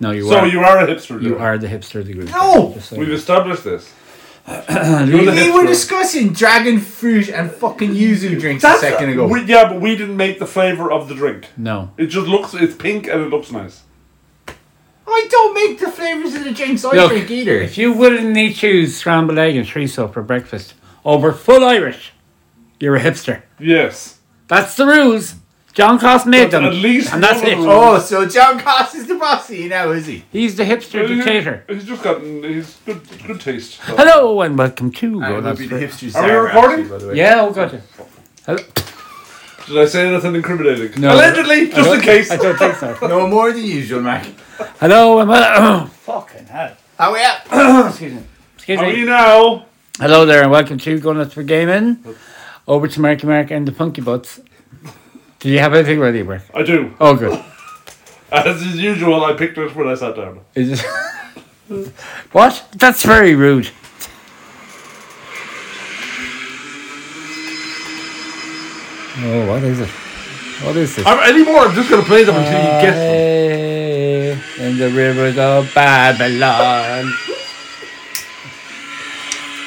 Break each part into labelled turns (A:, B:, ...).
A: No, you
B: so
A: are.
B: you are a hipster.
A: You
B: though.
A: are the hipster of the group.
C: No!
A: Just so you
B: We've
A: know.
B: established this.
C: We,
B: You're the
C: were
B: hipster.
C: discussing dragon fruit and fucking yuzu drinks a second ago.
B: We, yeah, but we didn't make the flavor of the drink.
A: No.
B: It just looks. It's pink and it looks nice.
C: I don't make the flavors of the drinks I
A: Look,
C: drink either.
A: If you wouldn't need choose scrambled egg and tree soup for breakfast over full Irish, you're a hipster.
B: Yes.
A: That's the rules. John Cross made
B: That's
A: them.
B: at least
A: and that's
B: one of
A: it.
B: the rules.
C: Oh, so John Cross is the boss of you now, is he?
A: He's the hipster dictator.
B: He's just gotten. He's good. Good taste.
A: Hello and welcome to.
C: I
A: Well,
C: would
A: that's
C: be the
A: right.
C: hipster
B: Are we
C: Zara,
B: recording?
C: actually, by the way.
A: yeah, oh god. Hello.
B: Did I say anything incriminating?
A: No.
B: Allegedly,
A: I
B: just in
A: don't-
B: case.
A: I don't think so.
C: No more than usual, Mac.
A: Hello and well. fucking hell.
C: How we up?
A: Excuse me. Excuse
B: Are
A: me.
B: we now?
A: Hello there and welcome to Going Nuts for Gaming. Over to Marky Mark and the Punky Butts. Do you have anything ready, Mark?
B: I do.
A: Oh, good.
B: As is usual, I picked it when I sat down.
A: Is it? what? That's very rude. Oh, what is it? What is this?
B: I'm, anymore, I'm just gonna play them until you get them.
A: Hey, in the rivers of Babylon.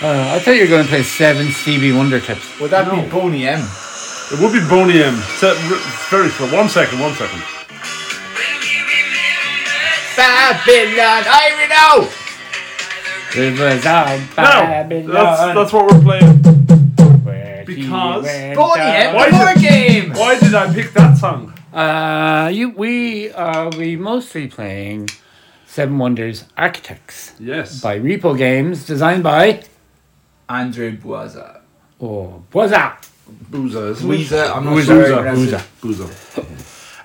A: Uh, I thought you were going to play seven Stevie Wonder clips.
C: Would that be Boney M?
A: Uh,
B: It would be Boney M. Set, r- very slow. One second, one second.
C: Babylon, I know.
A: Rivers of
B: Now,
A: Babylon.
B: that's, that's what we're playing.
A: where she
B: because-
A: went
C: Boney
A: down.
C: M.
B: Why
C: More
B: did-
C: games.
B: Why did I pick that song?
A: Uh, you we are we mostly playing Seven Wonders Architects
B: Yes.
A: by Repo Games, designed by
C: Andrew Boaza.
A: oh what's that?
B: Boozer. isn't it?
C: Boaza, I'm not sure. how to
B: Boozer.
C: pronounce it.
B: Boozer. Boozer.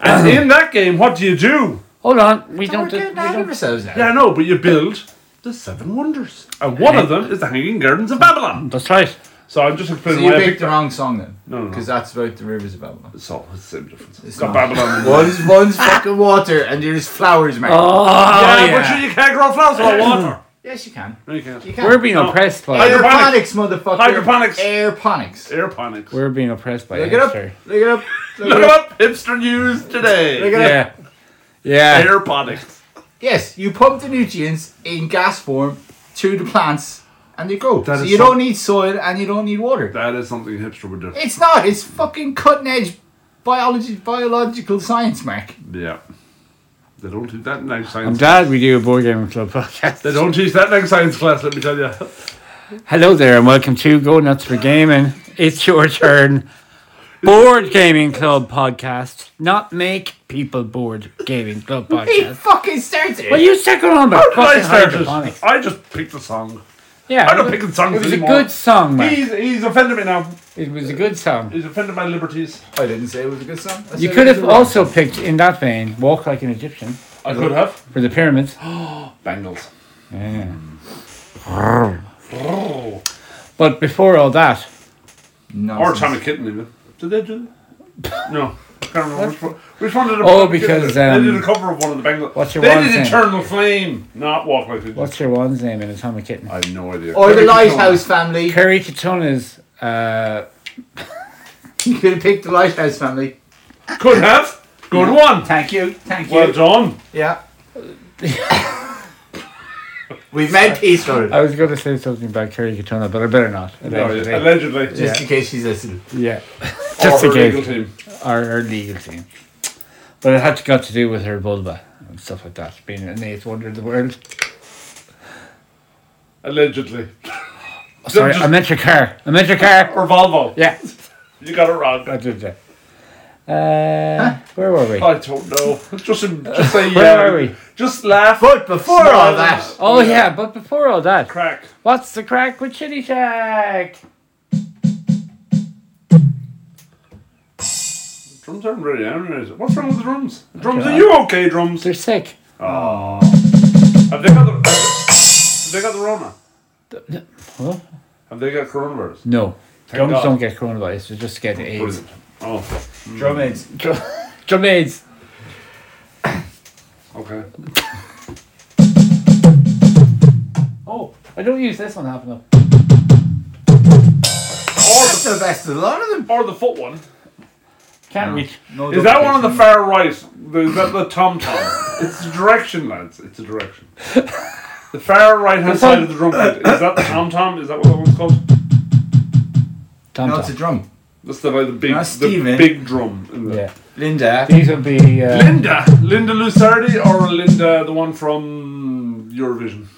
B: And in that game, what do you do?
A: Hold on, we
C: We're
A: don't.
C: getting
A: we
C: ahead of
A: don't
C: ourselves now.
B: Yeah, I know, but you build the Seven Wonders. And one of them is the Hanging Gardens of Babylon.
A: that's right.
B: So I'm just explaining
C: So you
B: why I
C: picked
B: picked
C: the wrong song then?
B: No, no, no.
C: Because that's about the rivers of Babylon.
B: So it's the same difference.
C: It's
B: It's got
C: not.
B: Babylon. in it.
C: One's, one's fucking water and there's flowers, Mac.
A: Oh
B: yeah,
A: yeah,
B: but you, you can't grow flowers without water.
C: Yes, you can.
B: No, you can't.
C: You can.
A: we're being
B: No.
A: oppressed by
B: Hydro-
C: Hydroponics, motherfucker.
B: Hydroponics.
C: Airponics.
B: Aeroponics.
A: we're being oppressed by
C: Look it up.
A: hipster.
C: Look it up. Look
B: Look
C: it
B: it
C: up.
B: up hipster news
C: Look
B: today.
C: it up.
A: Yeah, yeah.
B: Aeroponics.
C: Yes, you pump the nutrients in gas form through the plants and they grow.
B: That
C: so
B: is
C: you
B: so-
C: don't need soil and you don't need water.
B: That is something hipster would do.
C: It's not. It's fucking cutting edge biology, biological science, Mark.
B: Yeah. They don't do that in ag
A: I'm
B: science.
A: glad we do a board gaming club podcast.
B: They don't teach that in ag science class, let me tell you.
A: Hello there and welcome to Go Nuts for Gaming. It's your turn. Board Gaming Club podcast. Not make people bored gaming club
C: He
A: podcast.
C: fucking started. it.
A: Well, you stick on about
B: I
A: fucking
B: started.
A: hydroponics.
B: I just picked a song.
A: Yeah,
B: I don't
A: it
B: pick
A: was-
B: songs
A: It was a
B: anymore.
A: good song, man.
B: He's, he's offended me now.
A: It was a good song.
B: He's offended my liberties.
C: I didn't say it was a good song. I
A: You
C: said
A: could
C: it was
A: have
C: a wrong
A: also picked in that vein "Walk Like an Egyptian"
B: I could have.
A: for the pyramids.
B: Bangles.
A: Yeah.
B: Oh.
A: But before all that,
B: Or
C: nonsense.
B: Tommy Kitten, even. Did they do that? No. I can't remember which one. Which one did
A: Oh,
B: Atomic
A: because,
B: Kitten do? they
A: um,
B: did a cover of one of the Bangles.
A: what's your
B: they
A: one
B: did
A: thing?
B: Eternal Flame, not Walk Like a
A: what's your one's name in Atomic Kitten?
B: I have no idea.
C: Or the
B: Maybe
C: Lighthouse Family.
A: Kerry Katona's. Uh,
C: You could have picked the Lighthouse Family.
B: Eternal. Could have. Good one.
C: Thank you. Thank
B: Well done.
C: yeah. We've made peace for it.
A: I was going to say something about Kerry Katona, but I better not. Allegedly.
B: Allegedly. Allegedly.
C: Just in case she's listening.
A: Yeah, just
B: or
A: in
B: her legal
A: case
B: team.
A: our, our legal team. But it had to, got to do with her vulva and stuff like that, being an eighth wonder of the world.
B: Allegedly.
A: Sorry,
B: just-
A: I meant your car. I meant your car.
B: Or Volvo.
A: Yeah,
B: You got it wrong.
A: I did that. Uh, where were we?
B: I don't know. Just, just say yeah.
A: Where are we?
B: Just laugh.
C: But before
B: Smile.
C: all that,
A: Oh yeah, but before all that,
B: Crack.
A: what's the crack with Chitty Shack?
B: Drums aren't really animated. What's wrong with the drums? Drums, are you okay, drums? Ah.
A: They're sick.
B: Have they got the, have they, have they got the Rona?
A: What?
B: Have they got coronavirus?
A: No,
B: Thank
A: drums
B: God.
A: don't get coronavirus. They just get AIDS.
B: Brilliant. Oh,
C: drum aids.
A: Drum, drum AIDS.
B: okay.
A: Oh, I don't use this one half enough.
C: That's the best of a lot of them.
B: Or the foot one.
A: Can't reach.
C: No
B: Is that one on the far right? The- Is that the tom tom? It's a direction, lads. It's a direction. The far right hand side of the trumpet. Is that the tom tom? Is that what that one's called?
A: Tom
C: No,
A: Tom.
C: it's a drum.
B: That's the, like, the big
C: That's
B: the
C: Stephen.
B: big drum. In the
A: yeah.
C: Linda.
A: These would be. Uh,
B: Linda. Linda Lucardi or Linda, the one from Eurovision?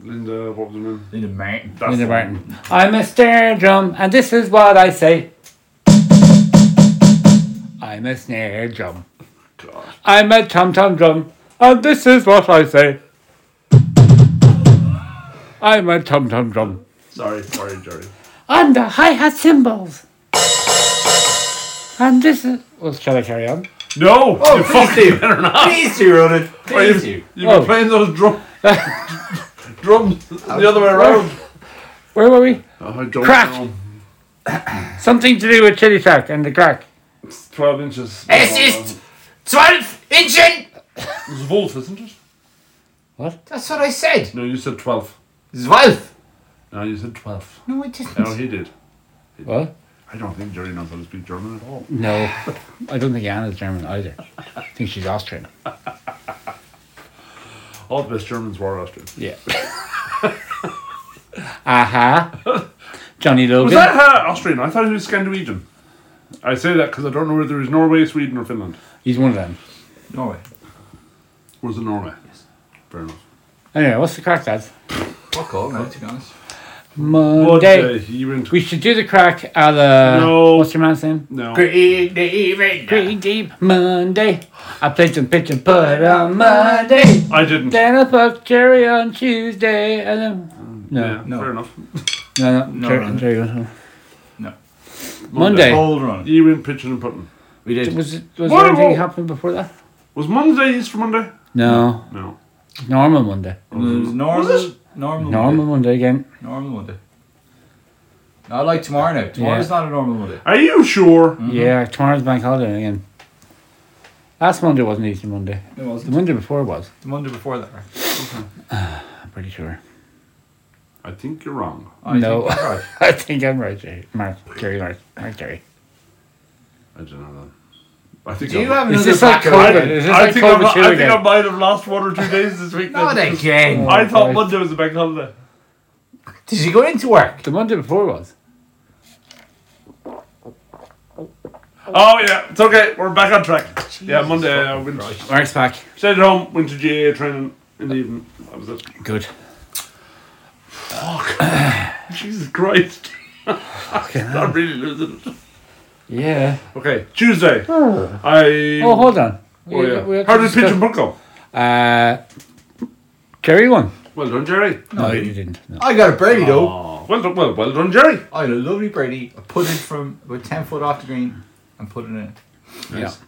B: Linda, what was her name?
C: Linda Martin.
B: That's
A: Linda
B: the one.
A: Martin. I'm a snare drum, and this is what I say. I'm a snare drum.
B: God.
A: I'm a tom tom drum, and this is what I say. I'm a tom tom drum.
B: Sorry, sorry, Jerry.
A: I'm the hi hat cymbals. And this is. Well, shall I carry on?
B: No!
C: Oh,
B: you
C: please
B: fucking
C: do.
B: better not.
C: Please do, Ronan.
B: You've,
C: Please do.
B: you've been
A: Oh.
B: playing those drum, drums the other way around.
A: Where were we?
B: Oh, I don't
A: Crack.
B: know.
A: Something to do with chili sack and the crack.
B: It's 12 inches.
C: Es ist 12 Inchen!
B: It's Wolf, isn't it?
C: That's what I said.
B: No, you said 12.
C: 12.
B: No, you said 12.
C: No, I
B: No,
C: didn't.
B: he did.
A: What?
B: I don't think Jerry knows how to speak German at all.
A: No, I don't think Anna's German either. I think she's Austrian.
B: All the best Germans were Austrian.
A: Yeah. Aha. Johnny
B: Was
A: Logan.
B: that uh, Austrian? I thought he was Scandinavian. I say that because I don't know whether it was Norway, Sweden, or Finland.
A: He's one of them.
C: No way.
B: Was it Norway? Yes. Fair enough.
A: Anyway, what's the crack, lads?
C: Fuck all, no, to be honest.
B: But
A: Monday.
B: uh, he went.
A: We should do the crack at the.
B: No.
A: What's your man's name?
B: No.
C: Great evening.
A: Pretty deep Monday. I played some pitch and put on Monday.
B: I didn't.
A: Then I popped cherry on Tuesday. And then.
B: Yeah,
A: No.
C: No.
B: Fair enough.
A: No, no.
C: No,
A: cherry,
C: no.
A: cherry was-
C: No.
A: Monday.
C: Hold on.
B: He went pitching and putting.
C: We did.
A: Was, it, was
B: Whoa,
A: there anything
B: whoa.
A: happening before that?
B: Was Monday Easter Monday?
A: No.
B: No.
A: Normal Monday.
C: It was normal.
B: Was it?
C: Normal.
A: Normal
C: Monday.
A: Monday again.
C: Normal Monday. Not like tomorrow now. Tomorrow's
A: Yeah.
C: not a normal Monday.
B: Are you sure?
A: Mm-hmm. Yeah, tomorrow's bank holiday again. Last Monday wasn't Easter Monday.
C: It
A: The
C: wasn't.
A: Monday before was.
C: The Monday before that, right?
A: I'm pretty sure.
B: I think you're wrong.
C: I
A: No.
C: Oh, think that's right.
A: I think I'm right, Jerry. Mark, Jerry, Mark, Mark, Jerry.
B: I don't know that. I think
C: Do
B: I
C: you have
A: Is
C: another
A: this like
C: back
A: COVID?
C: over?
A: Is this
B: I,
A: like
B: think I'm,
A: COVID
B: I
A: too
B: think I
A: again?
B: might have lost one or two days this week.
C: Not
B: then.
C: again.
B: I thought
A: Right.
B: Monday was a bank holiday.
C: Did you go into work?
A: The Monday before was.
B: Oh yeah, it's okay. We're back on track.
C: Oh,
B: yeah, Monday uh, I went.
A: Mark's back.
B: Stayed at home. Went to GA training in the evening. That was it.
A: Good.
B: Jesus Christ! I'm really losing it.
A: Yeah.
B: Okay, Tuesday. I.
A: Oh, hold on.
B: Oh, yeah.
A: we have to
B: How did
A: discuss-
B: Pigeon Buck go?
A: Uh, Jerry won.
B: Well done, Jerry.
A: No, you didn't. No.
C: I got a birdie though.
B: Oh, well done, well, well done, Jerry.
C: I had a lovely birdie. I put it from about ten foot off the green and put it in.
B: Nice.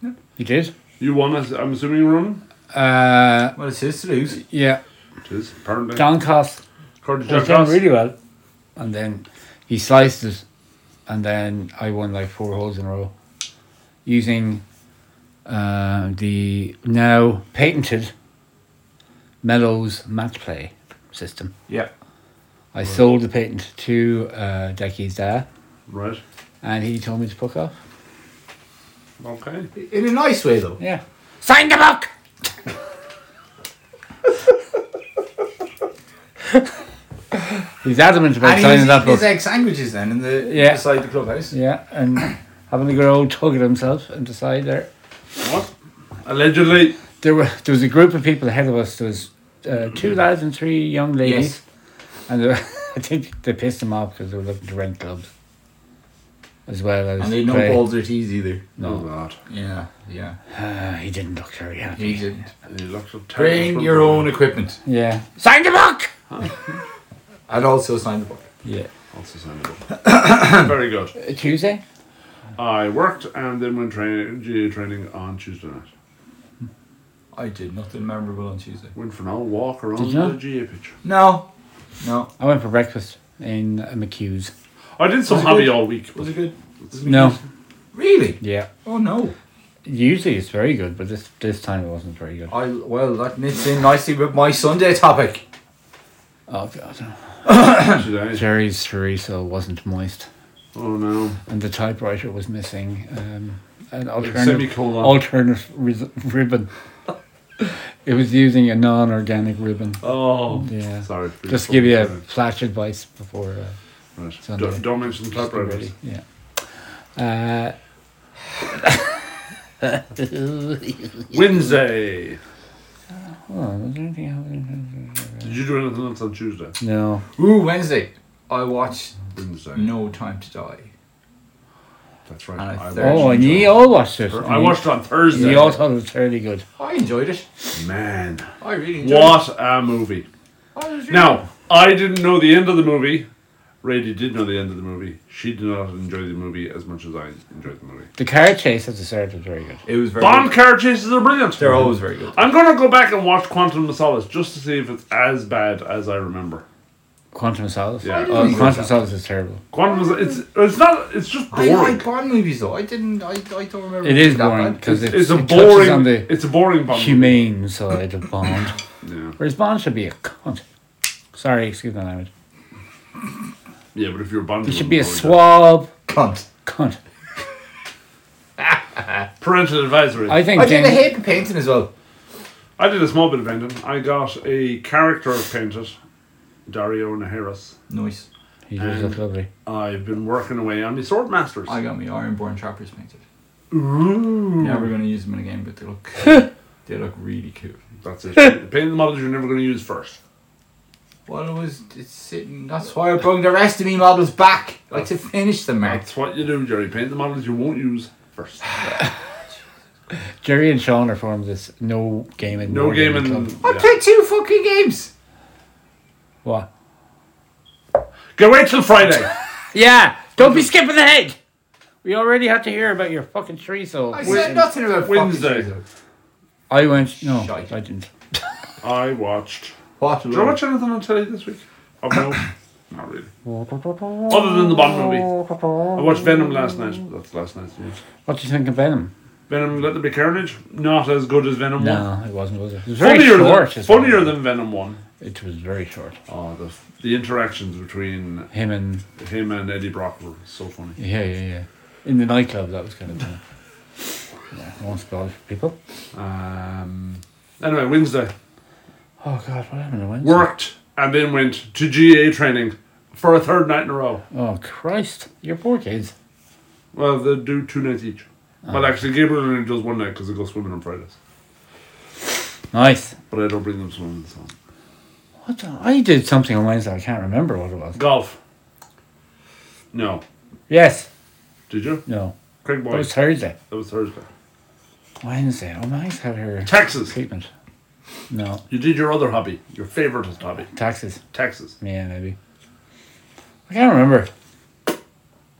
A: You did?
B: You won. as- I'm assuming run.
A: Uh,
C: Well, it's his to lose.
A: yeah.
B: It is apparently.
A: Don Cost
B: According to
A: was
B: Jack
A: doing
B: Ross.
A: really well. And then he sliced it. And then I won like four holes in a row using uh, the now patented Mellows match play system.
C: Yeah.
A: I sold the patent to uh, Decky's dad
B: Right.
A: and he told me to fuck off.
B: Okay.
C: In a nice way though.
A: Yeah. Sign the book! He's adamant about
C: And he's
A: signing that
C: eating
A: book.
C: his egg sandwiches then in the
A: Yeah.
C: beside the clubhouse.
A: Yeah, and having a good old tug at himself and decide there.
B: What? Allegedly.
A: There were there was a group of people ahead of us. There was uh, two lads and three young ladies, and they were- I think they pissed him off because they were looking to rent clubs, as well as
C: And they no
A: play.
C: balls or tees either.
B: No. God.
C: Yeah, yeah.
A: Uh, he didn't look very happy.
C: He didn't.
B: He looks a terrible
C: Bring
B: footballer.
C: your own equipment.
A: Yeah, sign the book.
C: I'd also sign the book.
A: Yeah,
B: Also signed up. Very good.
A: Uh, Tuesday.
B: I worked and then went training GA training on Tuesday night.
C: I did nothing memorable on Tuesday.
B: Went for an old walk around
A: Did you?
B: the GA pitch.
C: No. No.
A: I went for breakfast in uh, McHugh's.
B: I did some
C: Was it
B: hobby
C: good?
B: all week.
C: Was it good?
A: No,
C: Really?
A: yeah.
C: Oh no.
A: Usually it's very good, but this this time it wasn't very good.
C: I well that knits in nicely with my Sunday topic.
A: Oh god,
B: today.
A: Jerry's chorizo wasn't moist.
B: Oh no.
A: and the typewriter was missing um, an alternative,
B: Semicolon.
A: alternative ris- ribbon. It was using a non-organic ribbon.
B: Oh,
A: Yeah.
B: Sorry.
A: Just to give you a flash advice before. Uh,
B: Right.
A: Sunday.
B: Don't, don't mention typewriters.
A: Yeah. Uh,
B: Wednesday.
A: oh, was there anything happening?
B: Did you do anything else on Tuesday?
A: No.
C: Ooh, Wednesday. I watched
B: Wednesday.
C: No Time to Die.
B: That's right.
C: And I
B: watched
C: third-
A: Oh,
B: it
A: and ye
B: on-
A: all watched it.
B: I watched it on Thursday.
A: You all thought it was fairly good.
C: I enjoyed it.
B: Man,
C: I really enjoyed
B: what a movie!
C: it. I was really-
B: Now, I didn't know the end of the movie. Brady did know the end of the movie. She did not enjoy the movie as much as I enjoyed the movie.
A: The car chase at the start was very good.
C: It was very
B: Bond
C: good.
B: car chases are brilliant.
C: They're always very good.
B: I'm gonna go back and watch Quantum of Solace just to see if it's as bad as I remember.
A: Quantum of Solace.
B: Yeah. I didn't
A: Oh,
C: enjoy
A: Quantum of
C: that.
A: Solace is terrible.
B: Quantum of Solace, it's it's not it's just
C: I
B: boring.
C: like Bond movies though. I didn't. I, I don't remember.
A: It is
C: that
A: boring
C: bad.
A: because it's,
B: it's a
A: it touches
B: boring
A: on the
B: it's a boring Bond. movie.
A: humane side of Bond,
B: Yeah.
A: whereas Bond should be a cunt. Sorry, excuse my language.
B: yeah, but if you're a Bond,
A: He
B: you
A: should
B: wouldn't
A: be a
B: go
A: swab
C: Cunt.
A: cunt.
B: into- Parental advisory.
A: I
B: I,
A: think
C: I did a
A: James,
C: head painting as well.
B: did a small bit of painting. I got a character painted, Dario Naharis.
C: Nice.
A: he does look lovely.
B: I've been working away on the sword masters.
C: I got my Ironborn Trappers painted.
B: Ooh.
C: Never gonna use them in a game, but they look. they look really cool.
B: That's it. Paint the models you're never going to use first.
C: Well, it was. It's sitting. That's why I brought the rest of me models back. Like to finish them, Mark.
B: That's what you do, Jerry. Paint the models you won't use first.
A: Jerry and Sean are formed this no game in
B: No
A: no
B: game in.
A: club.
C: I
B: Yeah.
C: played two fucking games.
A: What?
B: Get wait till Friday.
A: Yeah, don't be skipping ahead. We already had to hear about your fucking tree so
C: I said nothing about fucking
B: Wednesday.
C: Tuesday.
A: I went no,
C: Shite.
A: I didn't.
B: I watched.
C: What?
B: Did I watch anything on telly this week? Oh, no. Not really. Other than the Bond
A: Oh.
B: movie. I watched Venom last night. That's last night's news.
A: What do you think of Venom?
B: Venom Let There Be Carnage. Not as good as Venom 1.
A: No, it wasn't, was it? It was very
B: Funnier,
A: short.
B: than,
A: as well.
B: funnier than Venom 1.
A: It was very short.
B: Oh, the, the interactions between
A: Him and
B: him and Eddie Brock were so funny.
A: yeah, yeah, yeah. In the nightclub, that was kind of. Funny. Yeah, I won't spoil it for people.
B: Um, anyway, Wednesday.
A: Oh God, what happened to Wednesday?
B: worked and then went to GA training for a third night in a row.
A: Oh Christ, your poor kids.
B: Well, they do two nights each.
A: Ah.
B: Well, actually, Gabriel only does one night because they go swimming on Fridays.
A: Nice.
B: But I don't bring them swimming. So.
A: What the, I did something on Wednesday. I can't remember what it was.
B: Golf. No.
A: Yes.
B: Did you?
A: No.
B: Craig
A: It
B: Boyd.
A: was Thursday.
B: That was Thursday.
A: Wednesday. Oh, Max had her
B: Texas.
A: treatment. No
B: You did your other hobby, your favouriteest hobby,
A: taxes.
B: Texas.
A: Yeah, maybe. I can't remember.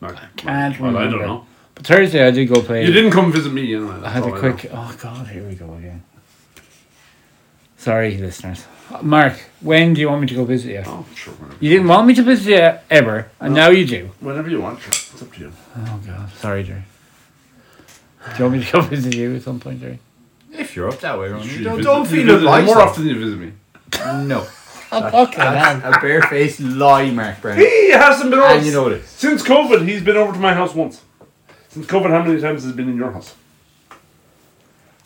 B: No,
A: can't
B: well, I don't
A: remember.
B: know.
A: But Thursday I did go play.
B: You didn't come visit me, anyway.
A: I had a quick. Oh God, here we go again. Sorry, listeners. Uh, Mark, when do you want me to go visit you?
B: Oh, sure. Whenever.
A: You didn't want me to visit you ever, and now you do.
B: whenever you want, sure. It's up to you.
A: Oh God, sorry, Jerry. Do you want me to go visit you at some point, Jerry?
C: If you're up that way, Ron, you
B: You
C: don't,
B: visit- you
C: don't feel
B: visit me
C: obliged.
B: More often you visit me.
C: No.
A: Oh, fuck
C: That's a barefaced lie, Mark Brown.
B: He hasn't been
C: And you know this.
B: Since COVID, he's been over to my house once. Since COVID, how many times has he been in your house?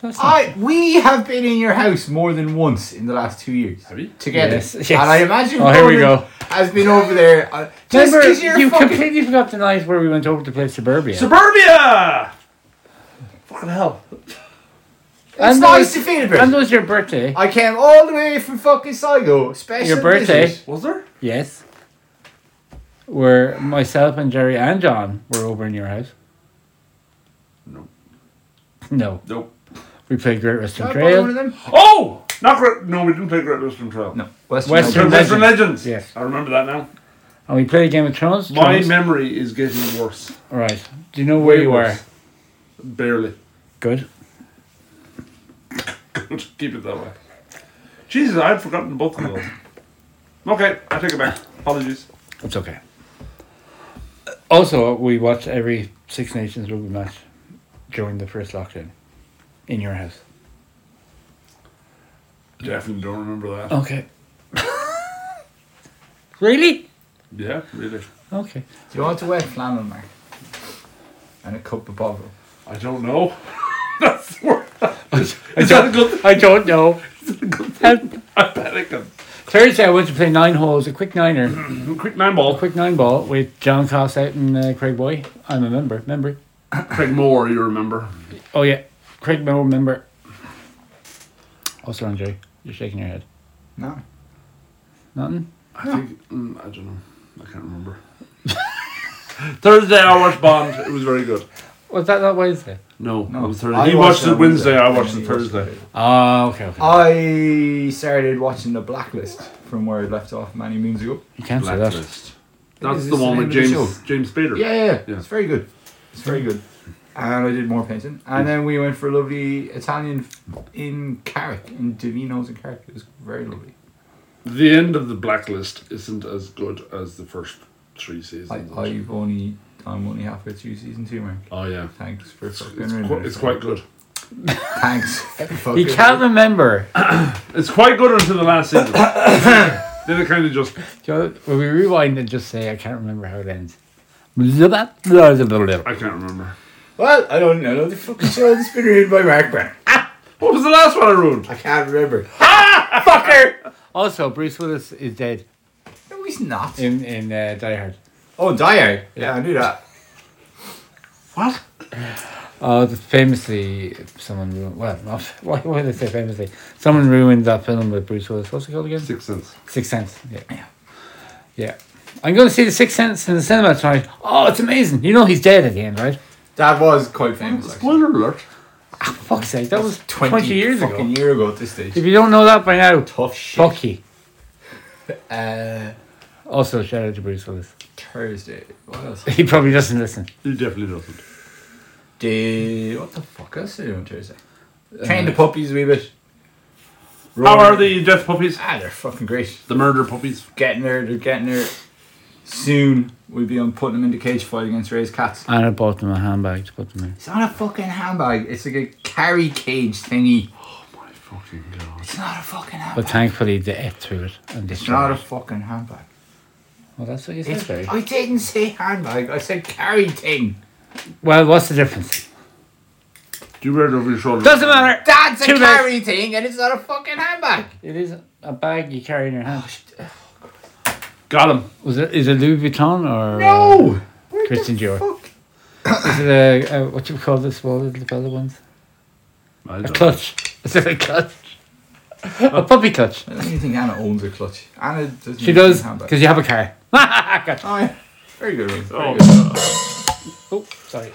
A: That's not-
C: I we have been in your house more than once in the last two years.
B: Have you?
C: Together.
A: Yes, yes.
C: And I imagine
A: Oh, here we
C: Ronan
A: go.
C: has been over there. Uh, just
A: Remember,
C: because you're
A: you
C: fucking.
A: completely forgot the night where we went over to play Suburbia.
B: Suburbia! Fucking hell.
C: it's
A: and those-
C: nice to feel a
A: and
C: bit.
A: was your birthday.
C: I came all the way from fucking Sligo. Special
A: Your birthday.
C: visit.
B: Was there?
A: Yes. Where myself and Jerry and John were over in your house.
B: No.
A: No.
B: Nope.
A: We played Great Western
C: Can I borrow one of
A: Trail.
C: them?
B: Oh! Not great. No, we didn't play Great Western Trail.
C: No. Western.
A: Western
B: Western,
C: Legends.
B: Western
A: Legends.
B: Legends.
A: Yes.
B: I remember that now.
A: And we played Game of Thrones.
B: My
A: Thrones.
B: memory is getting worse.
A: right. Do you know where
B: Way
A: you were?
B: worse. Barely.
A: Good.
B: Good. Keep it that way. Jesus, I had forgotten both of those. Okay, I take it back. Apologies.
A: It's okay. Also, we watched every Six Nations rugby match during the first lockdown in your house.
B: Definitely don't remember that.
A: Okay. really?
B: Yeah, really.
A: Okay.
C: Do you want to wear flannel, Mark? And a cup of bottle.
B: I don't know. That's the word.
A: I
B: Is that a good
A: I don't know. Help.
B: I bet I can.
A: Thursday, I went to play nine holes, a quick niner,
B: Mm-hmm. Quick nine ball.
A: quick nine ball with John Coss out and uh, Craig Boy. I'm a member, member.
B: Craig Moore, you remember.
A: Oh yeah, Craig Moore, member. What's wrong, Jerry? You're shaking your head.
C: No.
A: Nothing.
B: I think mm, I don't know. I can't remember. Thursday I watched Bond. It was very good.
A: Was that that Wednesday?
B: No,
C: No.
B: it was Thursday.
C: I
B: he
C: watched
B: watched,
C: it
B: it
C: on
B: Wednesday.
C: Wednesday,
B: I
C: and
B: watched
C: he
B: it
C: watched it
B: Thursday.
A: Oh, okay, okay.
C: I started watching The Blacklist from where I left off many moons ago.
A: You can't say that.
B: Blacklist. That's
C: Is
B: the
C: this
B: one
C: the
B: with
C: name of the
B: James James Spader.
C: Yeah, yeah, yeah.
B: Yeah.
C: It's very good. It's very good. And I did more painting. And then we went for a lovely Italian f- in Carrick, in Divino's in Carrick. It was very lovely.
B: The end of the Blacklist isn't as good as the first three seasons.
C: I, I've only, I'm only halfway through season two, man.
B: oh yeah,
C: Thanks for
B: it's,
C: fucking
B: it's,
C: ruining
B: qui-
C: it.
B: it's quite good.
C: Thanks. for
A: He
C: fucking-
A: can't remember.
B: It's quite good until the last season. then it kind of just
A: Joe, will we rewind and just say I can't remember how it ends? What
B: I can't remember.
C: Well, I don't know. The fucking show that's been ruined by Mark Brown.
B: What was the last one I ruined?
C: I can't remember.
A: fucker! Also, Bruce Willis is dead
C: No, he's not.
A: in in uh, Die Hard.
C: Oh, Dio. Yeah, I knew that.
B: What?
A: Oh, the famously, someone ruined. Well, not, why why did I say famously? Someone ruined that film with Bruce Willis. What's it called again?
B: Six Sense.
A: Sixth Sense. Yeah. yeah. I'm going to see The Sixth Sense in the cinema tonight. Oh, it's amazing. You know he's dead at the end, right?
C: That was quite famous. actually.
B: Spoiler alert.
A: Fuck's sake, that was 20, years ago.
C: fucking year ago at this stage.
A: If you don't know that by now,
C: Tough shit.
A: fuck you.
C: Uh,
A: Also, shout out to Bruce Willis.
C: Thursday. What else?
A: He probably doesn't listen.
B: He definitely doesn't.
C: Day. What the fuck else did I do on Thursday? Train the puppies a wee bit.
B: How
C: Rowan-
B: are the death puppies?
C: Ah, they're fucking great.
B: The murder puppies.
C: Getting there. They're getting there. Soon we'll be on putting them in the cage fight against Ray's cats.
A: And I bought him a handbag to put them in.
C: It's not a fucking handbag. It's like a carry cage thingy.
B: Oh My fucking god.
C: It's not a fucking handbag.
A: But thankfully, they ate through it and
C: It's not
A: destroyed
C: a
A: it.
C: fucking handbag.
A: Well, that's what you said,
C: It's,
A: Barry.
C: I didn't say handbag. I said carry thing.
A: Well, what's the difference?
B: Do you wear it over your shoulder?
A: Doesn't matter.
C: That's a
A: Too late.
C: carry thing, and it's not a fucking handbag.
A: It is a bag you carry in your hand.
B: Got him.
A: Oh, Was it? Is it Louis Vuitton or? uh,
C: No. Where
A: Christian
C: the
A: Dior.
C: fuck?
A: is it a, a what you call this small little fella ones?
B: I
A: A
B: don't-
A: clutch. Is it a clutch? a puppy clutch.
C: I don't even think Anna owns a clutch. Anna doesn't.
A: She
C: even own a
A: does
C: handbag.
A: because you have a car. Gotcha.
C: Oh, yeah. Very good. Ring. Very
B: Oh.
C: good.
A: Oh, sorry.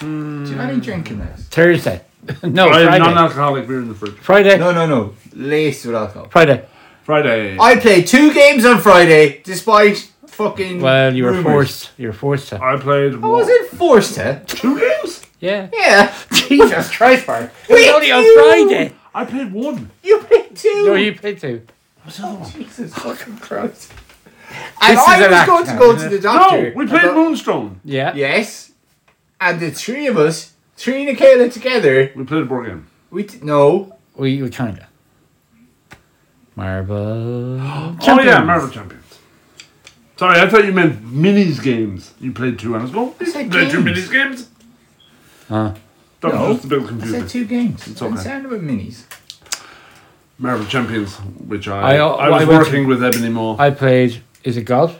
C: Do you have any drink in this?
A: Thursday. no,
B: I
A: Friday.
B: had non-alcoholic beer in the fridge.
A: Friday.
C: No, no, no. Laced with alcohol.
A: Friday.
B: Friday. I,
C: I played two games on Friday, despite fucking.
A: Well, you were
C: rumours.
A: forced. You were forced to.
B: played.
C: I wasn't forced to.
B: Two games.
A: Yeah.
C: Yeah.
A: Jesus Christ, Mark. It
C: Wait,
A: was only on
C: you-
A: Friday.
B: I played one.
C: You played two. Oh,
A: No, you paid to.
C: Jesus fucking Christ. And
A: This is
C: I
A: an
C: was
A: act
C: going to
A: now,
C: go
A: isn't
C: to the
B: No,
C: doctor.
B: we played
C: about-
B: Moonstone.
A: Yeah.
C: Yes. And the three of us, three and Kayla together,
B: We played a board game.
C: we did no.
A: We, we kind of. Marble.
B: Oh
A: Champions.
B: yeah, Marvel Champions. Sorry, I thought you meant minis games. You played two, and I was going. You
C: said
B: played two
C: games.
B: minis games.
A: Huh.
B: That
C: No.
B: was just a bit
C: I said
B: confusing.
C: two games. It's
B: okay.
C: I'm sound about minis.
B: Marvel Champions, which I
A: I,
B: I,
A: uh,
B: was
A: I went to-
B: working with Ebony Moore.
A: I played. Is it golf?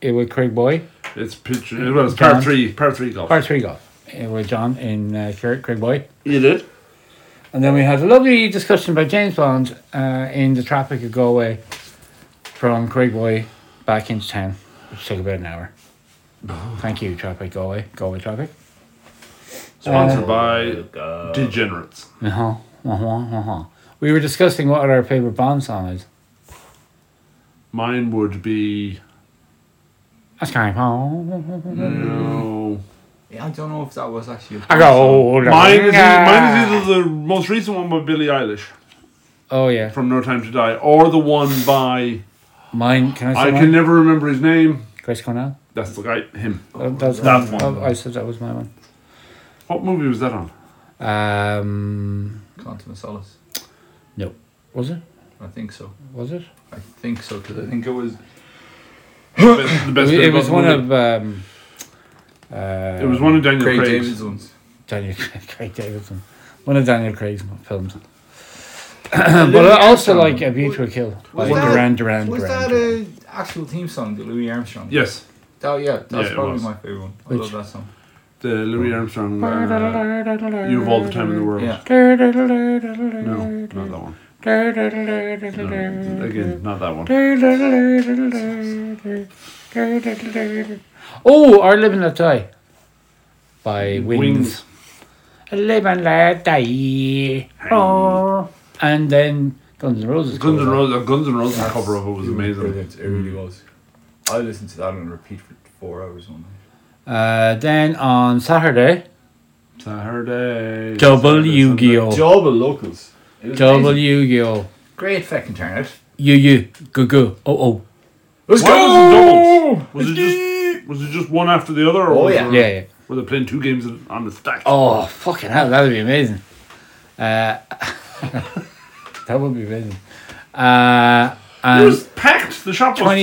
A: It with Craig Boy.
B: it's pitch. It was part
A: John.
B: three. Part three golf.
A: Part three golf. It with John in uh, Craig Craig Boy.
B: You did.
A: And then we had a lovely discussion about James Bond uh, in the traffic of Galway from Craig Boy back into town, which took about an hour. Thank you, traffic Galway, Galway traffic.
B: Sponsored by Degenerates.
A: Uh-huh, uh-huh, uh-huh. We were discussing what our favourite Bond song is.
B: Mine would be.
A: That's kind of.
B: No.
C: Yeah, I don't know if that was actually. A
A: I go. "Oh,
B: Mine is, mine is either the most recent one by Billie Eilish
A: Oh yeah,
B: from No Time to Die, or the one by
A: mine. Can I say
B: I
A: mine?
B: can never remember his name.
A: Chris Cornell.
B: That's the guy. Him.
A: That, that's
B: That
A: mine.
B: one.
A: Oh, I said that was my one.
B: What movie was that on?
A: Um,
C: Quantum of Solace.
A: no, was it?
C: I think so.
A: Was it?
C: I think so because I think it was.
B: the best- the best.
A: it,
B: bit
A: it
B: about
A: was
B: the
A: one
B: movie.
A: of um, uh,
B: It was one of Daniel
C: Craig
B: Craig's.
C: David's ones.
A: Daniel Craig Davidson, one of Daniel Craig's films. but I also
C: Armstrong.
A: like a beautiful kill.
C: Was
A: by
C: that-
A: Duran Duran
C: Was that
A: Duran.
C: an actual theme song to Louis Armstrong?
B: Yes,
C: Oh, yeah, that's
B: Yeah, it
C: probably
B: was.
C: my favourite one. I
A: Which-
C: love that song.
B: the Louis Armstrong. Uh, you have all the time in the world.
C: Yeah.
B: No, not that one. No, again, not that one.
A: Oh, Our Live and Let Die by Wings.
B: Wings.
A: Live and Let Die. Oh. And then Guns N' Roses.
B: Guns
A: cover.
B: N' Roses. uh, Guns N' Roses
C: That's-
B: cover of it was
C: it
B: amazing. Mm.
C: brilliant, It really was. I listened to that on repeat for four hours one night.
A: Uh, then on Saturday,
B: Saturday.
A: Double
B: Saturday,
A: Yu Gi
B: Sunday.
A: Oh!
C: Double locals. It was
A: Double
C: amazing.
A: Yu Gi Oh!
C: Great fucking turnout.
A: You, you, go, go, oh,
C: Let's
B: Why
C: go!
B: was it doubles? Was it just was it just one after the other? Or
C: Oh,
B: was
C: yeah.
A: oh.
B: There,
A: Yeah, yeah.
B: Were they playing two games on the stack?
A: Oh, fucking hell, that would be amazing. Uh, that would be amazing. Uh,
B: It was
A: and
B: packed. The shop was
A: 23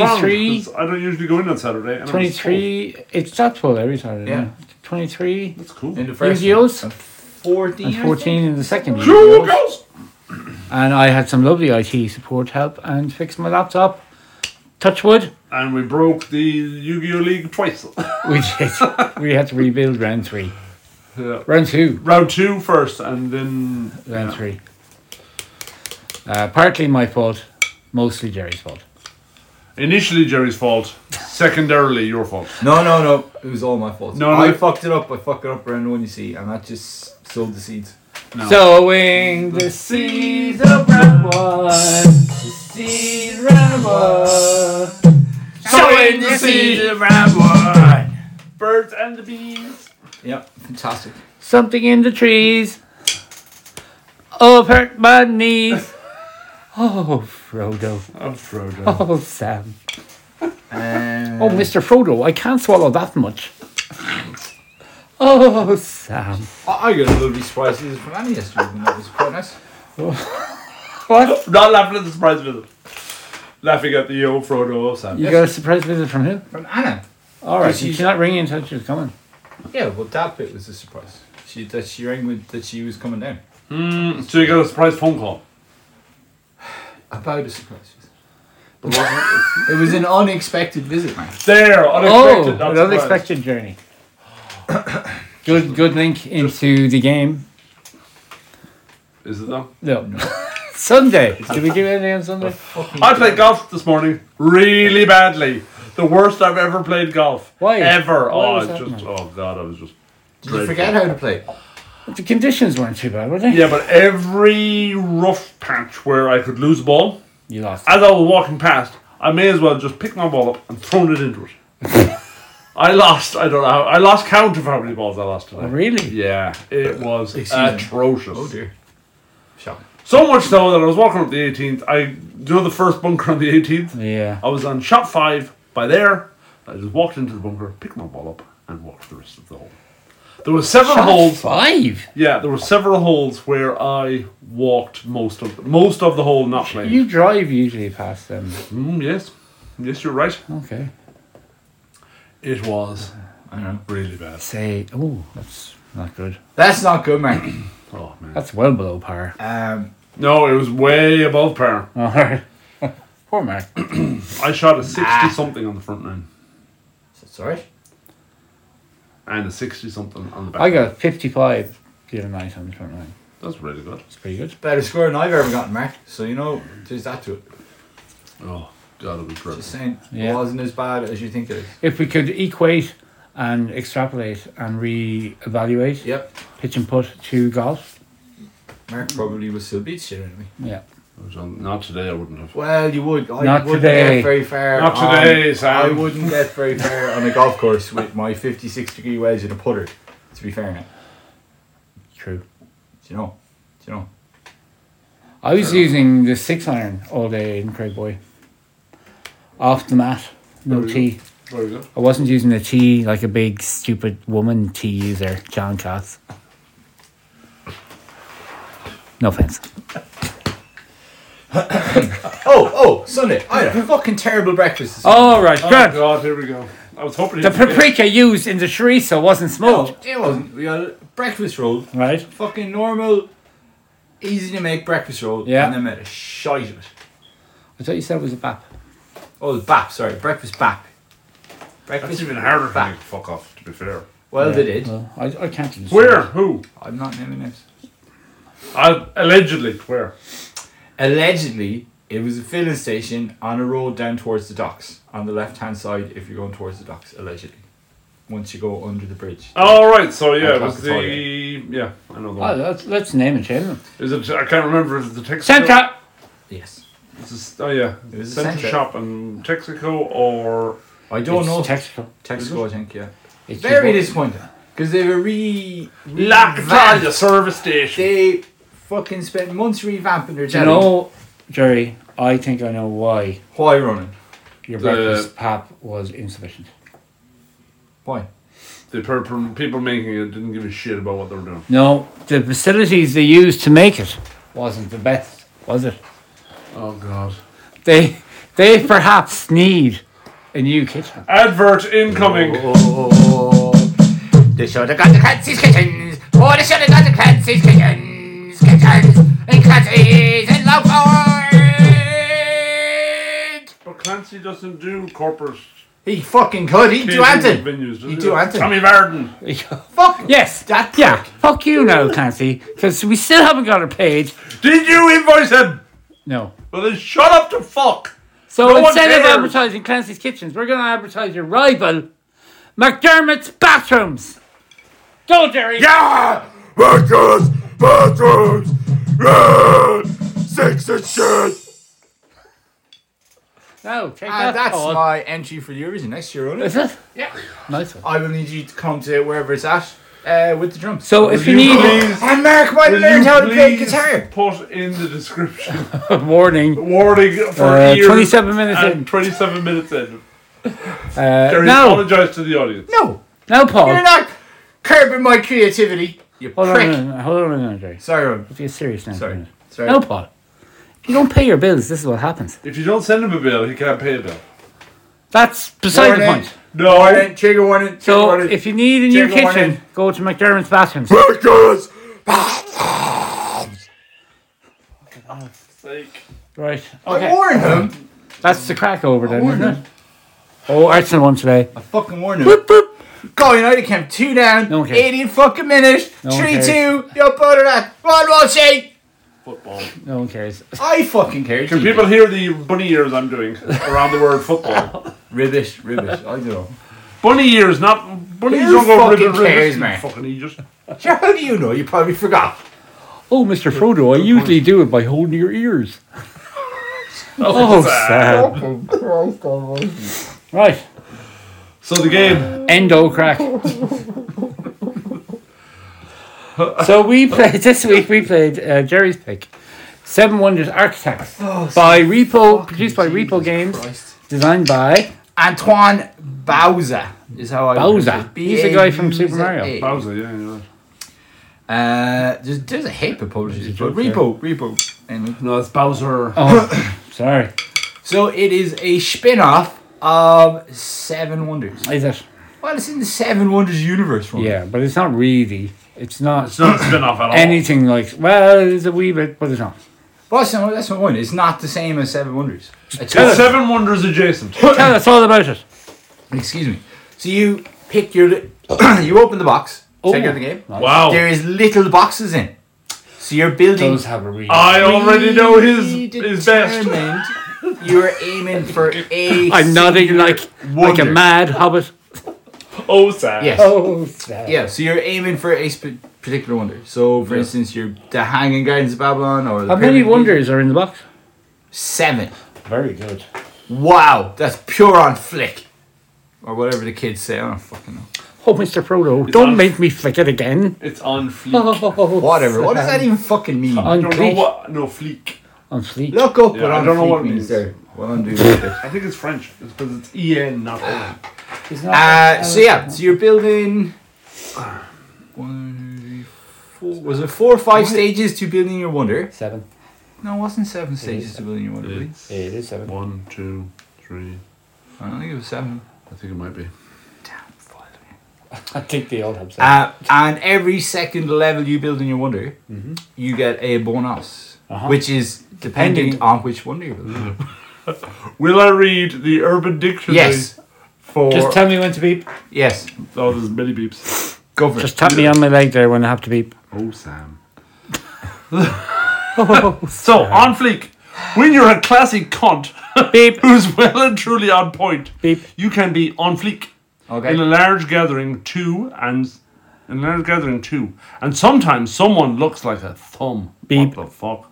B: 23, I don't usually go in on Saturday. and it was
A: 23, it's that full every Saturday.
C: Yeah.
A: Yeah. 23
B: full. That's cool.
C: In the first
A: Yu-Gi-Ohs?
C: one, and 14.
A: and
C: I
A: 14
C: think.
A: in the second year.
B: Two goals.
A: And I had some lovely IT support help and fixed my laptop. Touchwood.
B: And we broke the Yu-Gi-Oh League twice.
A: We did. we had to rebuild round three.
B: Yeah.
A: Round two.
B: Round two first, and then
A: Round three. Uh, partly my fault, mostly Jerry's fault.
B: initially Jerry's fault, secondarily your fault.
C: No, no, no. It was all my fault.
B: No, no.
C: I fucked it up. I fucked it up around one, you see, and that just sowed the seeds.
B: No.
A: Sowing the seeds of round one.
C: Seed round one.
A: Sowing the seeds of round
B: one. Birds and the bees.
C: Yeah, fantastic.
A: Something in the trees. Oh, I've hurt my knees. Oh, Frodo.
B: Oh, Frodo.
A: Oh, Sam.
C: Um,
A: Oh, Mr. Frodo, I can't swallow that much. Oh, Sam.
C: I I got a lovely surprise visit from Annie yesterday, and that was quite nice.
A: What?
B: Not laughing at the surprise visit. Laughing at the old Frodo of Sam.
A: You got a surprise visit from who?
C: From Anna.
A: All right.
C: This is-
A: She's not ringing until she's coming.
C: Yeah, well, that bit was a surprise. She that she rang with that she was coming down.
B: Mm, so you got a surprise phone call.
C: About a surprise visit.
B: But wasn't-
C: It was an unexpected visit, man.
B: there,
A: Oh,
B: unexpected. not
A: an
B: surprise.
A: unexpected journey. good, good link into the game.
B: Is it though?
A: No. Oh. Sunday. Did we do anything on Sunday?
B: I played golf this morning really badly. The worst I've ever played golf.
A: Why?
B: Ever.
A: Why
B: oh,
A: was
B: it's
A: that,
B: just, oh God, I was just.
C: Did you forget how to play?
A: The conditions weren't too bad, were they?
B: Yeah, but every rough patch where I could lose a ball,
A: You lost.
B: as I was walking past, I may as well just pick my ball up and thrown it into it. I lost. I don't know. how- I lost count of how many balls I lost today.
A: Oh, really?
B: Yeah, it was
C: Excuse me.
B: atrocious.
C: Oh dear. Shock.
B: So much so that I was walking up the 18th. I do you know the first bunker on the 18th.
A: Yeah.
B: I was on shot five by there. I just walked into the bunker, picked my ball up, and walked the rest of the hole. There were several holes.
A: five.
B: Yeah, there were several holes where I walked most of most of the hole, not playing.
A: You drive usually past them.
B: Mm, yes, yes, you're right.
A: Okay.
B: It was
C: I know.
B: really bad.
A: Say, oh, that's not good.
C: That's not good, man.
B: Oh man.
A: That's well below par.
C: Um,
B: No, it was way above par.
A: All right. Poor Mark.
B: I shot a sixty something on the front nine
C: that's alright.
B: and a sixty something on the back.
A: I got 55 the other night on the front line.
B: That's really good.
A: It's pretty good.
C: Better score than I've ever gotten, Mark. So you know, there's that to it.
B: Oh god, it was dreadful.
C: Just saying,
A: Yeah.
C: it wasn't as bad as you think it is.
A: If we could equate and extrapolate and re-evaluate
C: Yep.
A: pitch and putt to golf.
C: Mark probably was still beat shit anyway.
A: Yeah.
B: It was on- not today. I wouldn't have.
C: Well, you would. I
A: Not
C: wouldn't
A: today.
C: Get very far.
B: Not
C: on-
B: today, Sam.
C: I wouldn't get very far on a golf course with my 56 degree wedge and a putter. To be fair, now,
A: True.
C: do you know? Do you know?
A: I was using the six iron all day in Crayboy. Off the mat,
C: Oh,
A: no
B: There we
A: tee.
B: Very good.
A: I wasn't using a tee like a big stupid woman tee user, John Katz. No offense.
C: Oh, oh, Sunday. I had a fucking terrible breakfast. This morning.
A: All right,
B: Oh
A: good.
B: god, here we go. I was hoping
A: The
B: he'd forget.
A: paprika used in the chorizo wasn't smoked.
C: No, it wasn't. We had a breakfast roll.
A: Right.
C: Fucking normal easy to make breakfast roll.
A: Yeah.
C: And then made a shite of it.
A: I thought you said it was a bap.
C: Oh, the BAP, sorry. Breakfast BAP.
B: That's
C: Breakfast
B: even harder to
C: BAP.
B: make fuck off, to be fair.
C: Well,
A: Yeah,
C: they did.
A: Well, I, I can't. understand.
B: Where? Who?
C: I'm not naming names.
B: I, allegedly, where?
C: Allegedly, it was a filling station on a road down towards the docks. On the left hand side, if you're going towards the docks, allegedly. Once you go under the bridge.
B: All right, so yeah, it
C: O'clock
B: was
C: is
B: the
C: Friday.
B: yeah, I know the
A: Oh,
B: one.
A: let's, let's name and shame them.
B: Is it? I can't remember. Is it the Texaco?
A: Santa.
C: Yes.
B: It's a s- oh yeah,
C: It was a
B: Centre
C: Centre.
B: Shop and Texaco or
C: I don't
A: it's
C: know.
A: Texaco.
C: Texaco, I think, yeah.
A: It's
C: Very
A: your-
C: disappointing. Because they were re.
B: Lactalia service station.
C: They fucking spent months revamping their
A: Do you
C: jelly.
A: know, Jerry? I think I know why
C: Why, Ronan?
A: your
B: The-
A: breakfast pap was insufficient.
C: Why?
B: The per- per- people making it didn't give a shit about what they were doing.
A: No, the facilities they used to make it wasn't the best, was it?
B: Oh god.
A: They they perhaps need a new kitchen.
B: Advert incoming.
C: Oh, they should have got the Clancy's kitchens. Oh, they should have got the Clancy's kitchens. Kitchens and Clancy's and Longford.
B: But Clancy doesn't do corporate.
C: He fucking could. He'd do
B: catering
C: Anton.
B: venues, does
C: You do Anton.
B: Tommy Varden.
C: Fuck.
A: yes,
C: That
A: yeah.
C: prick.
A: Fuck you now, Clancy, because we still haven't got a page.
B: Did you invoice him?
A: No.
B: Well, then shut up to fuck.
A: So
B: No one
A: instead of
B: cares.
A: advertising Clancy's Kitchens, we're going to advertise your rival, McDermott's Bathrooms. Go, Jerry.
C: Yeah. Bathrooms. Bathrooms. Run. Sex and shit.
A: No, take that.
C: And Ah, that's
A: Paul.
C: my entry for the Eurovision next year, isn't it?
A: Is it?
C: Yeah.
A: Nice one.
C: I will need you to come to wherever it's at uh, with the drums.
A: So if you
B: you
A: need
B: please-
C: And Mark might
B: Will
C: learn
B: you
C: how to play
B: please
C: guitar.
B: Put in the description
A: a warning,
C: Oh,
B: warning for
A: Uh,
B: ears
A: 27 minutes
B: and
A: in.
B: 27 minutes in.
A: uh,
B: Jerry,
A: no,
B: apologise to the audience.
C: No,
A: no,
B: Oh.
A: Paul.
C: you're not curbing my creativity. You
A: Hold on, a
C: prick.
A: minute, hold on a minute, Jerry.
C: Sorry, Ron.
A: Let's get serious now. for a
C: Sorry.
A: minute.
C: Sorry.
A: No, Paul. If you don't pay your bills, this is what happens.
B: If you don't send him a bill, he can't pay it now.
A: That's beside the
C: Warning.
A: point.
B: No.
C: Warning, trigger warning. Trigger
A: So
C: warning.
A: if you need a new
C: Take a warning.
A: kitchen, go to McDermott's Bathrooms.
C: Podcast.
B: Sake.
A: right.
C: I
A: Okay.
C: warned him.
A: That's the crack over then,
C: warned
A: isn't it?
C: him.
A: Oh, Arsenal won today.
C: I fucking warned him. Go United camp two down.
A: No one cares.
C: 80 fucking minutes.
A: No one
C: three
A: cares.
C: two. You're better that. One one shake.
B: Football.
A: No one cares.
C: I fucking care.
B: Can people hear the bunny ears I'm doing around the word football?
C: Ribbish, ribbish. I don't know.
B: bunny ears, not bunnies
C: Who
B: don't go
C: fucking
B: ribbit, ribbit,
C: cares,
B: you
C: man?
B: Fucking idiot.
C: Sure, how do you know? You probably forgot.
A: Oh, Mr. Frodo, I usually do it by holding your ears. oh, sad. Right.
B: So the game.
A: Endo crack. so we played this week. We played uh, Jerry's pick, Seven Wonders Architects by Repo, produced by Repo Games, designed by
C: Antoine Bowser is how I
A: Bowser.
C: pronounce it.
A: He's the guy from Super Mario.
C: B-A-U-Z-A.
B: Bowser, yeah, you're right.
C: Uh, there's, there's a heap of publishers. but Repo, Repo. Anyway.
B: No, it's Bowser.
A: oh, sorry,
C: So it is a spin-off of Seven Wonders.
A: is it?
C: Well, it's in the Seven Wonders universe. Ron.
A: Yeah, but it's not really. It's not
B: It's not a spin
A: Oh.
B: off at all.
A: anything like. Well, it's a wee bit, but it's not.
C: Well, that's not, that's not one. It's not the same as Seven Wonders.
B: It's
C: It's
B: Seven Wonders adjacent.
A: Tell us all about it.
C: Excuse me. So you pick your... li- you open the box. Check out the game. There
B: Wow.
C: is little boxes in. So you're building...
A: Those have a read.
B: I already know his his best.
C: Predetermined. You're aiming for a.
A: I'm nodding
C: singular
A: like like
C: wonder.
A: a mad hobbit.
B: Oh, sad.
C: Yes.
A: Oh, sad.
C: Yeah. So you're aiming for a sp- particular wonder. So, for instance, you're the Hanging Gardens of Babylon, or the
A: How many
C: Pyramid of
A: wonders are in the box?
C: Giza. Seven.
A: Very good.
C: Wow, that's pure on flick, or whatever the kids say. I don't fucking know.
A: Oh, Mr. Frodo, don't
B: on-
A: make me flick it again.
B: It's on fleek.
A: Oh,
C: Whatever. What does
A: sad.
C: that even fucking mean?
A: On
B: I don't know
A: fleek.
B: what. No, fleek.
A: On fleek.
C: Look up
B: Yeah,
C: what
B: I
C: on
B: don't know
C: fleek
B: what it
C: means.
B: means.
C: There. What I'm doing with it.
B: I think it's French. It's because it's EN, not
A: Ah,
B: O.
A: It's not-
C: Uh, so yeah, so you're building. One, four, was it four or five stages to building your wonder?
A: Seven.
C: No, it wasn't seven stages to building your wonder. really.
A: Yeah, it is seven.
B: One, two, three.
C: I don't think it was seven.
B: I think it might be.
C: Damn, five.
A: I think they all have that.
C: Uh, and every second level you build in your wonder, you get a bonus,
A: Uh-huh.
C: which is dependent
A: Depending-
C: on which wonder you build.
B: Will I read the Urban Dictionary
C: yes,
B: for.
A: Just tell me when to beep.
C: yes,
B: oh, there's many beeps.
C: go for
A: Just
C: it.
A: tap me on my leg there when I have to beep.
B: Oh, Sam. so, on fleek. When you're a classy cunt
A: Beep.
B: who's well and truly on point,
A: Beep.
B: you can be on fleek.
C: Okay.
B: In a large gathering, two and in a large gathering, two, and sometimes someone looks like a thumb.
A: Beep.
B: What the fuck?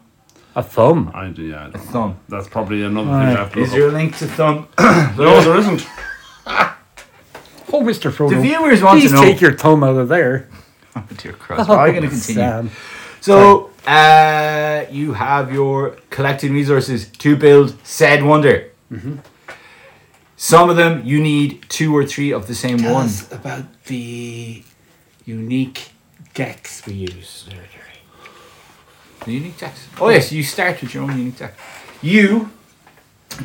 A: A thumb.
B: I do. Yeah, I don't know.
C: Thumb.
B: that's probably another
A: Right.
B: thing. I have to
C: Is
B: look
C: there a link to thumb?
B: up. No, there isn't.
A: Oh, Mr.
C: The
A: Frodo.
C: viewers want
A: Please
C: to know.
A: take your thumb out of there.
C: Oh, dear Christ. Well, I'm going to continue.
A: Sam.
C: So, uh, you have your collected resources to build said wonder. Some of them you need two or three of the same one.
A: about the unique decks we use.
C: The unique text. Oh yes, you start with your own unique text. You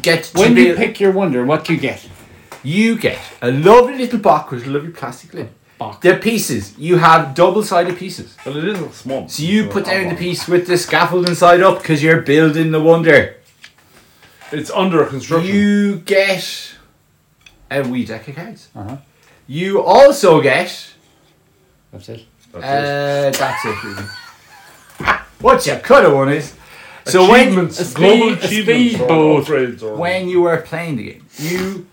C: get to
A: When you
C: build-
A: pick your wonder, what do you get?
C: you get a lovely little box with a lovely plastic lid.
A: Box.
C: The pieces you have double-sided pieces.
B: But it isn't small.
C: So you put down the piece with the scaffolding side up because you're building the wonder.
B: It's under construction.
C: You get a wee deck of cards.
A: Uh-huh.
C: You also get.
A: That's it.
C: Uh, that's it. Really. what you could have won is. So when,
B: achievements,
A: a
B: global
A: speed- a
B: achievements, or
A: speedboat.
B: upgrades or-
C: when you are playing the game, you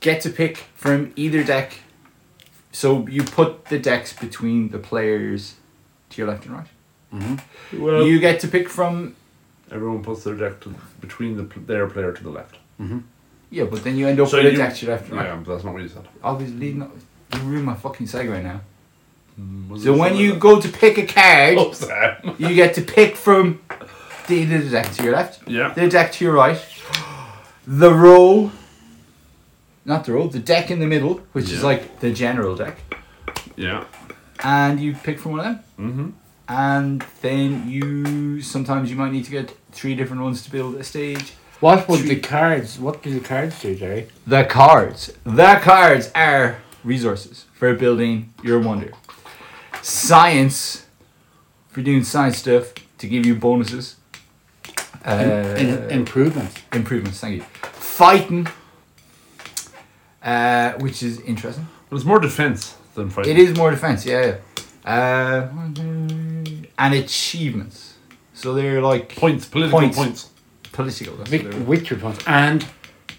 C: get to pick from either deck. So you put the decks between the players to your left and right.
B: well,
C: You get to pick from.
B: everyone puts their deck to, between the, pl- their player to the left.
C: Yeah, but then you end up
B: So
C: with a
B: you-
C: deck to your left and right.
B: Yeah, but that's not what you said.
C: I was leading up. You ruined my fucking segue now.
B: Was
C: So
B: it
C: when
B: something
C: you
B: like
C: go to pick a card,
B: that? Oh, Sam.
C: you get to pick from the, the deck to your left,
B: Yeah.
C: the deck to your right, the row, not the row, the deck in the middle, which is
B: Yeah.
C: like the general deck,
B: Yeah.
C: and you pick from one of them.
B: Mm-hmm.
C: And then you sometimes you might need to get three different ones to build a stage.
A: What would the
C: Three.
A: cards? What do the cards do, Jerry?
C: The cards. The cards are resources for building your wonder. Science for doing science stuff to give you bonuses. Uh,
A: In- improvements.
C: improvements. Thank you. Fighting, uh, which is interesting.
B: But it's more defense than fighting.
C: It is more defense, yeah. yeah. Uh, and achievements. So they're like
B: Points, political
C: Points.
B: points.
C: political. That's what
A: Vic-
C: they're-
A: Victory points and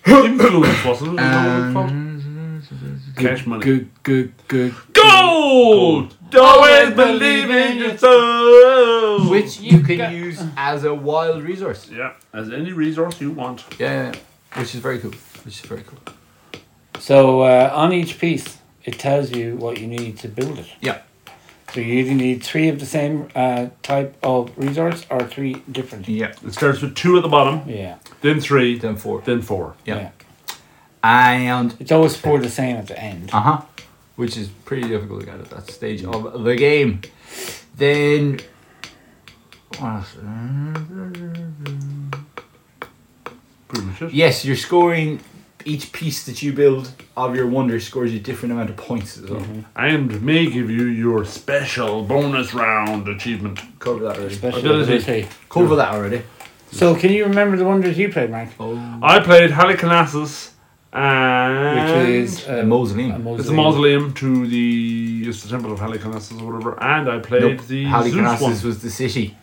B: Influence, wasn't it? Is that what it's called? Cash money.
A: good, good, good.
B: Gold! Always believe in yourself!
C: which you can use as a wild resource.
B: Yeah, as any resource you want.
C: Yeah, yeah, yeah. which is very cool. Which is very cool.
A: So uh, on each piece, it tells you what you need to build it.
C: Yeah.
A: So you either need three of the same uh, type of resource or three different.
C: Yeah.
B: It starts with two at the bottom,
A: Yeah.
B: then three,
C: Then four.
B: then four.
C: yeah. And
A: It's always four the same at the end.
C: Uh huh. Which is pretty difficult to get at that stage of the game. Then. what else?
B: Pretty much it.
C: Yes, you're scoring. Each piece that you build of your wonder scores a different amount of points as well.
B: And may give you your special bonus round achievement.
C: Cover that already.
A: Special
B: Ability.
A: ability.
C: Cover that already.
A: So can you remember the wonders you played, Mike?
C: Oh.
B: I played Halicarnassus
A: Which
B: and.
A: is
C: A
A: uh,
C: mausoleum.
B: It's a mausoleum to the it's the temple of Halicarnassus or whatever, and I played
C: Nope.
B: the Zeus one.
C: Halicarnassus was the city.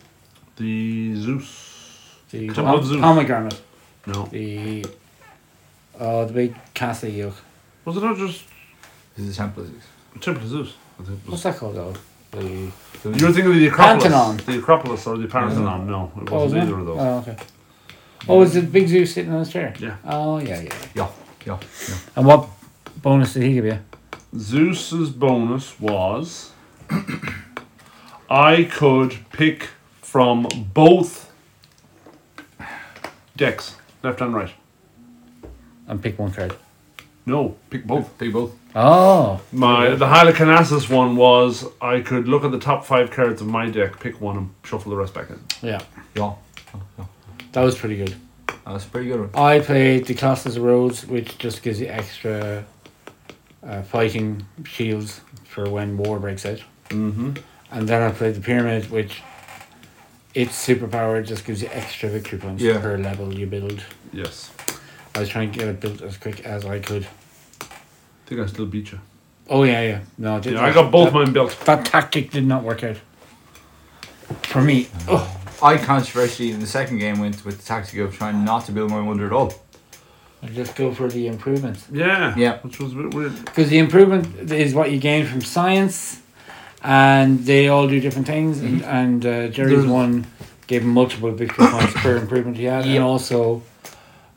B: the Zeus.
A: The
B: Temple
A: pom-
B: of Zeus.
A: pomegranate.
B: No,
A: The oh, the big castle yolk.
B: was it not just
C: This is the temple of
B: temple of Zeus? I think it
A: What's
B: was.
A: that called though? The
C: Zeus.
B: You're thinking of the Acropolis,
A: Parthenon.
B: the Acropolis or the Parthenon? No, it
A: oh, is
B: wasn't
A: it?
B: either of those.
A: Oh, okay. Oh, is it Big Zeus sitting on his chair?
B: Yeah.
A: Oh, yeah, yeah.
C: Yeah, yeah, yeah.
A: And what bonus did he give you?
B: Zeus's bonus was I could pick from both decks, left and right.
A: And pick one card.
B: No, pick both.
C: Both. Big both.
A: Oh,
B: My the Hylocanassus one was I could look at the top five cards of my deck, pick one, and shuffle the rest back in.
A: yeah.
C: Yeah.
A: That was pretty good.
C: That's a pretty good one.
A: I played the Classes of Roads, which just gives you extra uh, fighting shields for when war breaks out.
B: Mm-hmm.
A: And then I played the pyramid, which its superpower just gives you extra victory points
C: Yeah.
A: per level you build.
B: Yes.
A: I was trying to get it built as quick as I could.
B: I think I still beat you.
A: Oh yeah, yeah. No, it did
B: Yeah, I got both
A: that,
B: mine built.
A: that tactic did not work out for me. Oh,
C: I controversially in the second game went with the tactic of trying not to build my wonder at all.
A: I just go for the improvements
B: Yeah.
C: Yeah.
B: Which was a bit weird.
A: because the improvement is what you gain from science, and they all do different things.
B: Mm-hmm.
A: And, and uh, Jerry's
C: There's-
A: one gave him multiple victory points per improvement he had,
C: Yeah.
A: and also.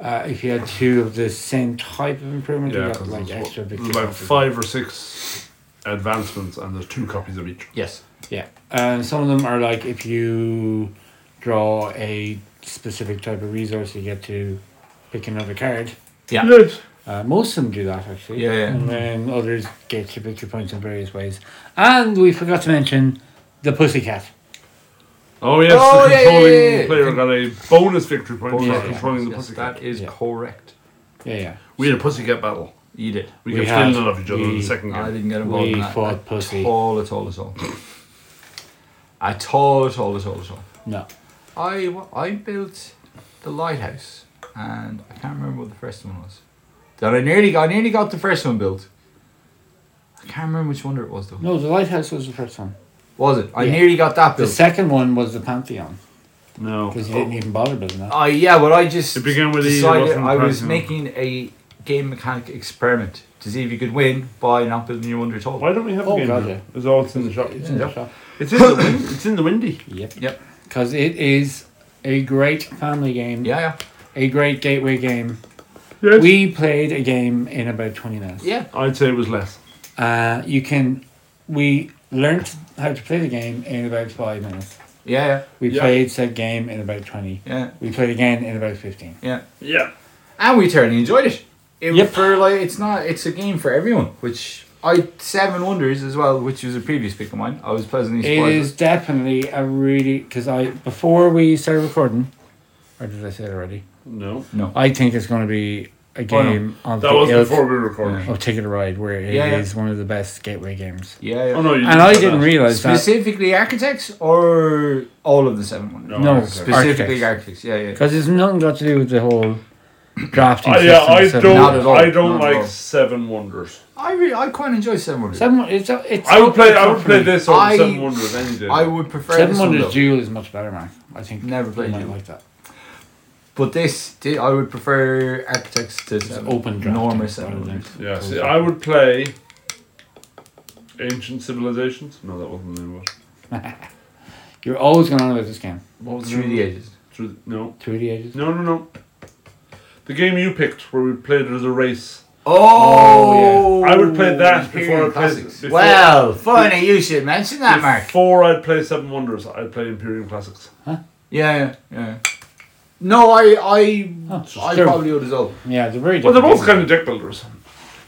A: Uh, if you had two of the same type of improvement,
B: Yeah,
A: you got
B: 'cause
A: like
B: there's,
A: extra
B: there's
A: victory
B: like
A: points.
B: five or six advancements, and there's two copies of each.
C: Yes.
A: Yeah, and some of them are like if you draw a specific type of resource, you get to pick another card.
C: Yeah.
B: Yes.
A: Uh, most of them do that actually.
C: Yeah, yeah.
A: And then others get your victory points in various ways. And we forgot to mention the pussycat.
B: Oh yes,
C: Oh,
B: the
C: yeah, yeah,
B: controlling
C: yeah, yeah.
B: player got a bonus victory point
C: Bonus
B: for
A: yeah.
B: controlling the
C: Yes,
B: pussycat.
C: That is
A: Yeah.
C: correct.
A: Yeah, yeah.
B: We had a pussycat battle.
C: You did.
B: We,
A: We
B: kept
A: had-
B: stealing it off each other in
A: we-
B: the second
C: I
B: game.
C: didn't get involved in
A: We
C: that.
A: fought
C: at
A: pussy.
C: All at all at all. At all at all at all at all.
A: No.
C: I wa- I built the lighthouse, and I can't remember what the first one was. That I nearly got, I nearly got the first one built. I can't remember which wonder it was though.
A: No, the lighthouse was the first one.
C: Was it? I
A: Yeah.
C: nearly got that
A: The
C: built.
A: second one was the Pantheon.
B: No.
A: Because you didn't
C: Oh.
A: even bother building that.
C: I yeah, but I just
B: To begin with, he
C: decided
B: wasn't
C: I was
B: practical.
C: making a game mechanic experiment to see if you could win by not building your wonder at all.
B: Why don't we have
A: Oh,
B: a game?
A: God,
B: now?
A: yeah.
B: It's all it's in the shop.
A: It's in the
C: Yeah.
A: shop.
B: It's in the win- it's in the windy.
A: Yep.
C: Yep.
A: Because it is a great family game.
C: Yeah, yeah,
A: A great gateway game.
B: Yes.
A: We played a game in about 20 minutes.
C: yeah.
B: I'd say it was less.
A: Uh, you can, we learnt how to play the game in about five minutes.
C: Yeah, yeah,
A: We
B: Yeah.
A: played said game in about 20.
C: yeah,
A: We played again in about 15.
C: yeah.
B: Yeah.
C: And we thoroughly enjoyed it. It
A: Yep.
C: for like it's not it's a game for everyone, which I seven wonders as well, which was a previous pick of mine. I was pleasantly
A: It
C: surprised.
A: is definitely a really, because I, before we started recording, or did I say it already?
B: No.
C: No.
A: I think it's going to be a
C: Oh, no.
A: game on
B: That
A: the
B: was
A: ilk
B: before we recorded.
A: of Ticket to Ride, where it is
C: Yeah, yeah.
A: one of the best gateway games.
C: Yeah, yeah.
B: Oh no, you
A: And I
B: say
A: didn't
B: that.
A: realize that.
C: Specifically architects or all of the seven wonders?
B: No.
A: No,
B: Architects.
C: Specifically architects. Yeah, yeah.
A: Because it's nothing got to do with the whole drafting
B: I, yeah,
A: system.
B: I
A: so-
C: Not at
B: don't.
C: all.
B: I don't
C: Not at
B: like
C: all.
B: Seven Wonders.
C: I really, I quite enjoy seven wonders.
A: Seven, it's, a- it's
B: I would play.
A: it's
B: I
A: up
B: would
A: for
B: play
A: me.
B: this over
C: I-
B: Seven Wonders any day.
C: I would prefer
A: Seven
C: this one, though.
A: Wonders Duel is much better, Mark. I think.
C: Never played
A: you might
C: Duel.
A: like that.
C: But this, thi- I would prefer architects to
A: It's
C: seven.
A: open drafting.
C: enormous
A: rather
C: seven
A: than
C: wonders.
B: Yeah,
A: closed
B: see,
A: drafting.
B: I would play Ancient Civilizations. No, that wasn't the name of it.
A: You're always going on about this game.
B: What was
C: Through
B: name
C: the
B: of it?
C: ages.
B: Through the- no.
A: Two of the ages.
B: No, no, no. The game you picked where we played it as a race.
A: Oh,
B: I would play that
C: Imperial
B: before I played
C: Classics.
B: before-
C: Well, funny you should mention that, Ah, Mark.
B: Before I'd play Seven Wonders, I'd play Imperium Classics.
C: Yeah, yeah, yeah. No, I, I,
A: Oh,
C: I
A: they're-
C: probably would as well.
A: Yeah, they're very
B: Well, they're
A: different.
B: both kind of deck builders.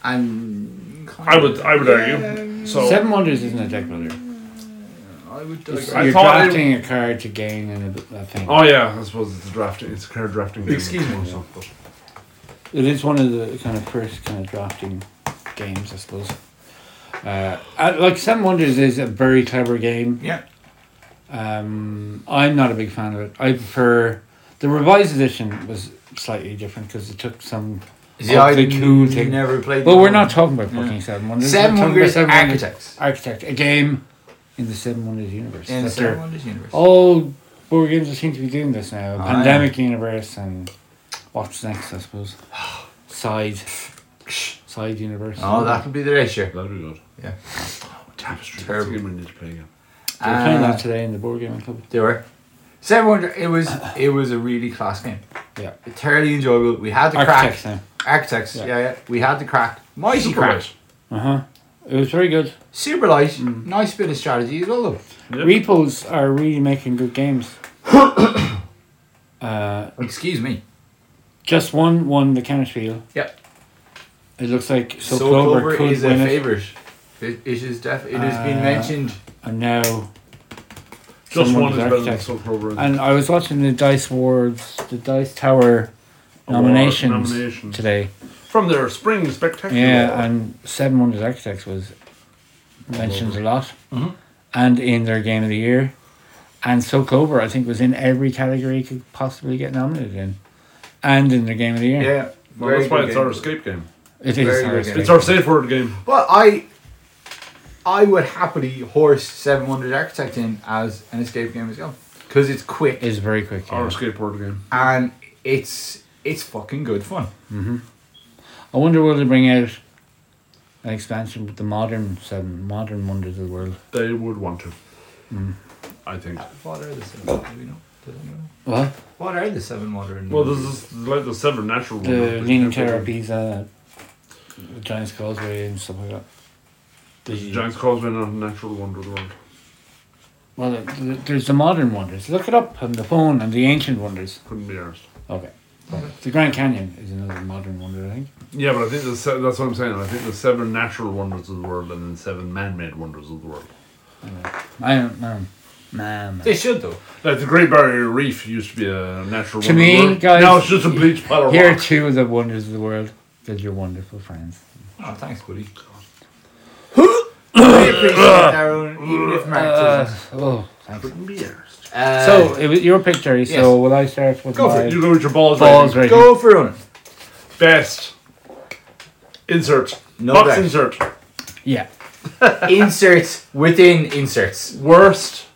C: And
B: I would, I would
C: Hmm.
B: argue. So
A: Seven Wonders isn't a deck builder.
C: I would.
A: It's-
B: I
A: you're
B: thought it-
A: drafting a card to gain and a, a thing.
B: Oh yeah, I suppose it's a drafting. It's a card drafting. game.
C: Excuse me.
B: So, but-
A: It is one of the kind of first kind of drafting games, I suppose. Uh, I, like Seven Wonders is a very clever game.
C: Yeah.
A: Um, I'm not a big fan of it. I prefer the revised edition was slightly different because it took some.
C: See, I
A: the cool thing.
C: never played.
A: But
C: the
A: we're
C: other
A: not
C: one.
A: talking about fucking Seven Wonders. we're
C: Seven
A: talking about
C: Wonders
A: Seven Wonders
C: Architects.
A: Architect, a game in the Seven Wonders universe.
C: In
A: that
C: Seven
A: they're-
C: Wonders universe.
A: All board games seem to be doing this now.
C: Ah,
A: Pandemic universe and what's next, I suppose. Side, side universe.
C: Oh, that'll be the ratio.
B: That'd be good.
C: Yeah.
B: Oh, tapestry. That's
C: Terrible.
B: the game we need to play again.
A: They were playing
C: Uh,
A: that today in the board gaming club.
C: They were. Seven Wonders. It was. It was a really class game.
A: Yeah.
C: Thoroughly enjoyable. We had the
A: Architects
C: crack.
A: now.
C: Architects. Yeah.
A: Yeah.
C: yeah, We had the crack. Mighty
B: Super
C: crack.
B: Rush.
A: Uh huh. It was very good.
C: Super light. Nice bit of strategy as well. Though.
B: Yep.
A: Repos are really making good games. uh,
C: Excuse me.
A: just one won the counterspiel.
C: Yep.
A: It looks like so,
C: So,
A: Clover,
C: Clover
A: could
C: is a
A: win it,
C: favorite. It, it is def- It has been
A: Uh,
C: mentioned.
A: and now
B: Just
A: Someone
B: one is
A: was
B: better than
A: architect.
B: Soul Clover. and-
A: And I was watching the Dice Wars, the Dice Tower
B: Award
A: nominations
B: nominations.
A: today.
B: From their spring spectacular.
A: Yeah, and Seven Wonders Architects was mentioned a lot,
C: Mm-hmm.
A: and in their Game of the Year, and So Clover I think was in every category it could possibly get nominated in, and in their Game of the Year.
C: Yeah.
B: Well,
C: very
B: that's why
C: good
B: it's
C: game.
B: our escape game.
A: it is.
C: Very
A: sorry.
C: good.
B: It's our safe word game.
C: But I, I would happily horse Seven Wonders Architect in as an escape game as well because it's quick
A: It's very quick. yeah.
B: Our escape word game.
C: and it's it's fucking good fun.
A: I wonder will they bring out an expansion with the modern seven modern wonders of the world.
B: They would want to. Mm. I think.
C: What are the seven? Do we know? Does anyone know?
A: What?
C: What are the seven modern?
B: Well, this is like the seven natural
A: The
B: wonders.
A: Leaning Tower of Pisa, the Giant's Causeway, and stuff like that.
B: The Giant's Causeway not a natural wonder of the world.
A: Well, th- th- there's the modern wonders. Look it up on the phone and the ancient wonders.
B: Couldn't be ours.
A: Okay. The Grand Canyon is another modern wonder, I think.
B: Yeah, but I think the se- that's what I'm saying. I think the seven natural wonders of the world and then seven man-made wonders of the world.
A: I don't know. Man.
C: They should though.
B: Like the Great Barrier Reef used to be a natural.
A: To
B: wonder of the
A: me,
B: world.
A: guys,
B: now it's just a bleach pile of
A: Here are
B: rock.
A: two of the wonders of the world because you're wonderful friends.
C: Oh, thanks, buddy. we appreciate our own even if Mark
A: Uh,
C: doesn't.
A: oh, thanks.
B: Couldn't be ours.
C: Uh,
A: So, it was your pick, Jerry. So,
C: yes.
A: will I start with
B: Go
A: my
B: for it. You go with your balls.
A: balls
B: right.
A: right
C: go for running.
B: Best. Insert.
C: No
B: Box
C: best.
B: insert.
A: Yeah.
C: Inserts within inserts.
B: Worst.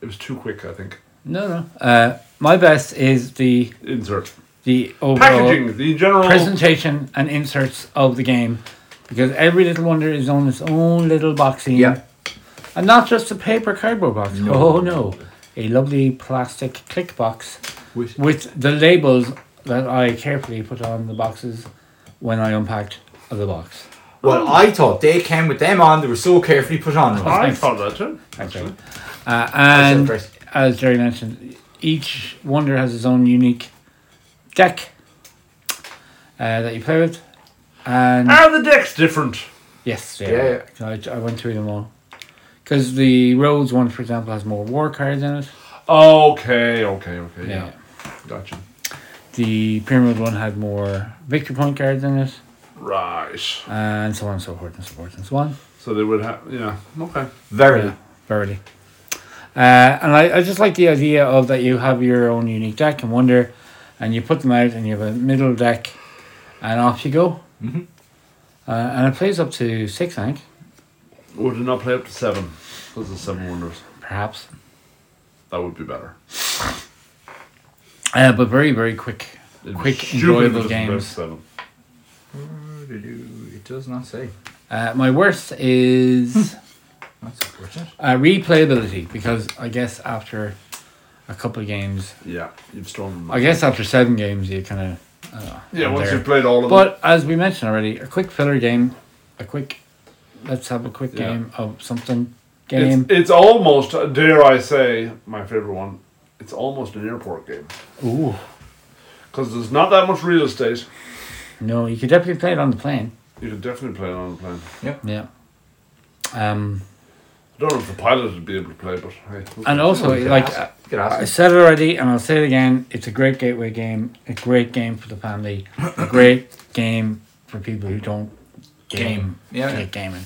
B: It was too quick, I think.
A: No, no. Uh, my best is the
B: Insert.
A: the overall
B: Packaging. The general.
A: presentation and inserts of the game, because every little wonder is on its own little boxing.
C: Yeah.
A: And not just a paper cardboard box. Oh no, a lovely plastic click box
C: With-
A: with the labels that I carefully put on the boxes when I unpacked the box.
C: Well, I thought they came with them on. They were so carefully put on. Ron.
B: I thought that eh? too.
A: Okay.
B: actually.
A: Uh,
C: said
A: and
C: first.
A: as Jerry mentioned, each wonder has its own unique deck uh, that you play with. And
B: Are the decks different?
A: yes, they
C: Yeah,
A: are. I, I went through them all. Because the Rhodes one, for example, has more war cards in it.
B: Okay, okay, okay. Yeah. Gotcha.
A: The Pyramid one had more victory point cards in it,
B: Right.
A: and so on and so forth and so forth and so on.
B: So they would have. Yeah. Okay.
C: Very.
A: Verily. Uh, and I, I just like the idea of that you have your own unique deck and wonder, and you put them out and you have a middle deck, and off you go.
C: Mhm.
A: Uh, and it plays up to six, I think,
B: Would it not play up to seven? Because of seven wonders.
A: perhaps.
B: That would be better.
A: Uh, but very, very quick.
B: It'd be
A: Quick,
B: stupid
A: enjoyable
B: if it doesn't play up
A: games.
B: to Seven.
C: It does not say.
A: Uh, my worst
C: Hmm.
A: is
C: That's unfortunate.
A: uh, replayability because I guess after a couple of games,
B: Yeah, you've stolen.
A: I guess after seven games, you kind of. Uh,
B: Yeah,
A: I'm
B: once
A: there.
B: you've played all of them.
A: But as we mentioned already, a quick filler game, a quick, let's have a quick
B: Yeah.
A: game of something game.
B: It's, it's almost, dare I say, my favorite one. It's almost an airport game
A: Ooh,
B: because there's not that much real estate.
A: no, you could definitely play it on the plane.
B: You could definitely play it on a plane.
A: Yeah. Um,
B: I don't know if the pilot would be able to play, but hey. who
A: and
B: cares?
A: also,
C: You could
A: like
C: ask-
A: uh,
C: you could
A: I
C: ask.
A: said it already, and I'll say it again, it's a great gateway game, a great game for the family, a great game for people who don't game,
C: Yeah.
A: get gaming.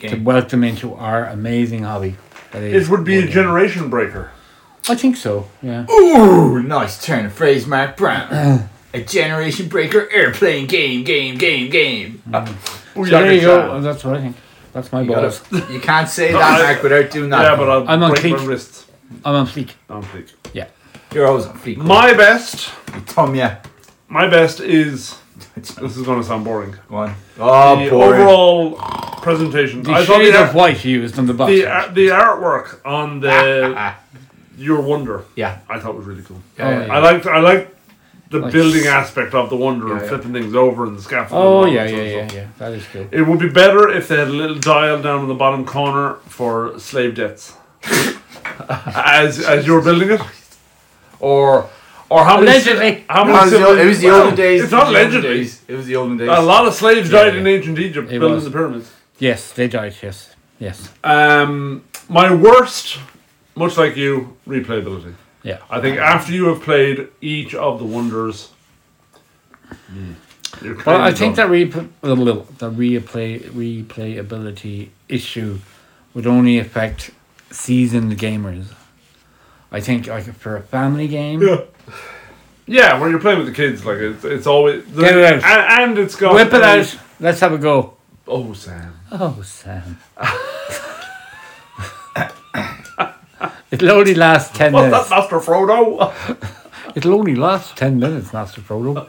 A: To
C: Game.
A: welcome into our amazing hobby. that is
B: it would be a
A: board
B: generation breaker.
A: gaming. I think so. Yeah.
C: Ooh, nice turn of phrase, Mark Brown. A generation breaker airplane game, game, game, game.
B: Oh,
A: So there you go. That's what I think. That's my
C: You gotta-
A: balls.
C: you can't
B: I-
C: say that, Mark, without doing that.
B: Yeah, but I'll
A: I'm on
B: break my
A: cleek.
B: wrists.
A: I'm on fleek.
B: I'm cleek.
A: Yeah.
C: You're always on fleek.
B: My best,
C: You Tom, yeah.
B: my best is. This is going to sound boring.
C: Go on. Oh,
B: the
C: boring.
B: overall presentation.
A: The
B: I thought
A: shade
B: the,
A: of
B: ar-
A: white used on the box.
B: the, ar- the artwork on the
C: Ah,
B: Your Wonder,
C: yeah.
B: I thought was really cool.
C: Yeah, yeah,
A: yeah.
B: I liked I liked the
A: Like-
B: building aspect of the wonder
C: Yeah,
B: and
C: yeah.
B: flipping things over and the scaffolding.
A: oh
B: and all
A: yeah,
B: that
A: yeah,
B: sort of
A: yeah,
B: stuff.
A: yeah. That is good.
B: It would be better if they had a little dial down in the bottom corner for slave debts. as as you were building it, or or how many
A: Allegedly.
B: how
C: It
B: many
C: was, the,
B: civil-
C: it was the
B: well,
C: olden days.
B: It's
C: it was
B: not
C: the olden
B: allegedly.
C: days, It was the olden days.
B: A lot of slaves
A: Yeah,
B: died in
A: yeah.
B: ancient Egypt
A: It
B: building
A: was.
B: the pyramids.
A: Yes, they died. Yes, yes.
B: Um, my worst, much like you, replayability.
A: Yeah.
C: Hmm.
B: I think after you have played each of the wonders, You're
A: Well, I
B: crazy,
A: think
B: John.
A: that replay, the replay replayability issue would only affect seasoned gamers. I think like for a family game,
B: Yeah. Yeah, when you're playing with the kids, like it's, it's always
A: Get it out.
B: And, and it's got
A: whip it
B: uh,
A: out. Let's have a go.
B: Oh, Sam.
A: Oh, Sam. It'll only last ten
B: What's
A: minutes.
B: that, Master Frodo?
A: It'll only last ten minutes, Master Frodo.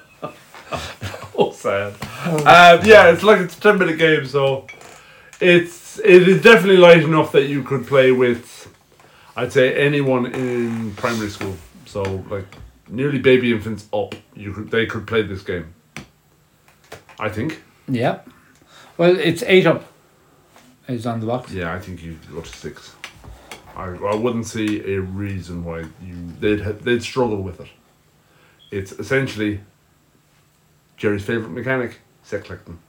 B: Oh, sad. Um, yeah, it's like it's a ten minute game, so it's it is definitely light enough that you could play with. I'd say anyone in primary school, so like nearly baby infants up, you could they could play this game. I think.
A: Yeah. Well, it's eight up. Is on the box.
B: Yeah, I think you go to six. I, I wouldn't see a reason why you they'd ha- they'd struggle with it. It's essentially Jerry's favorite mechanic, set collecting,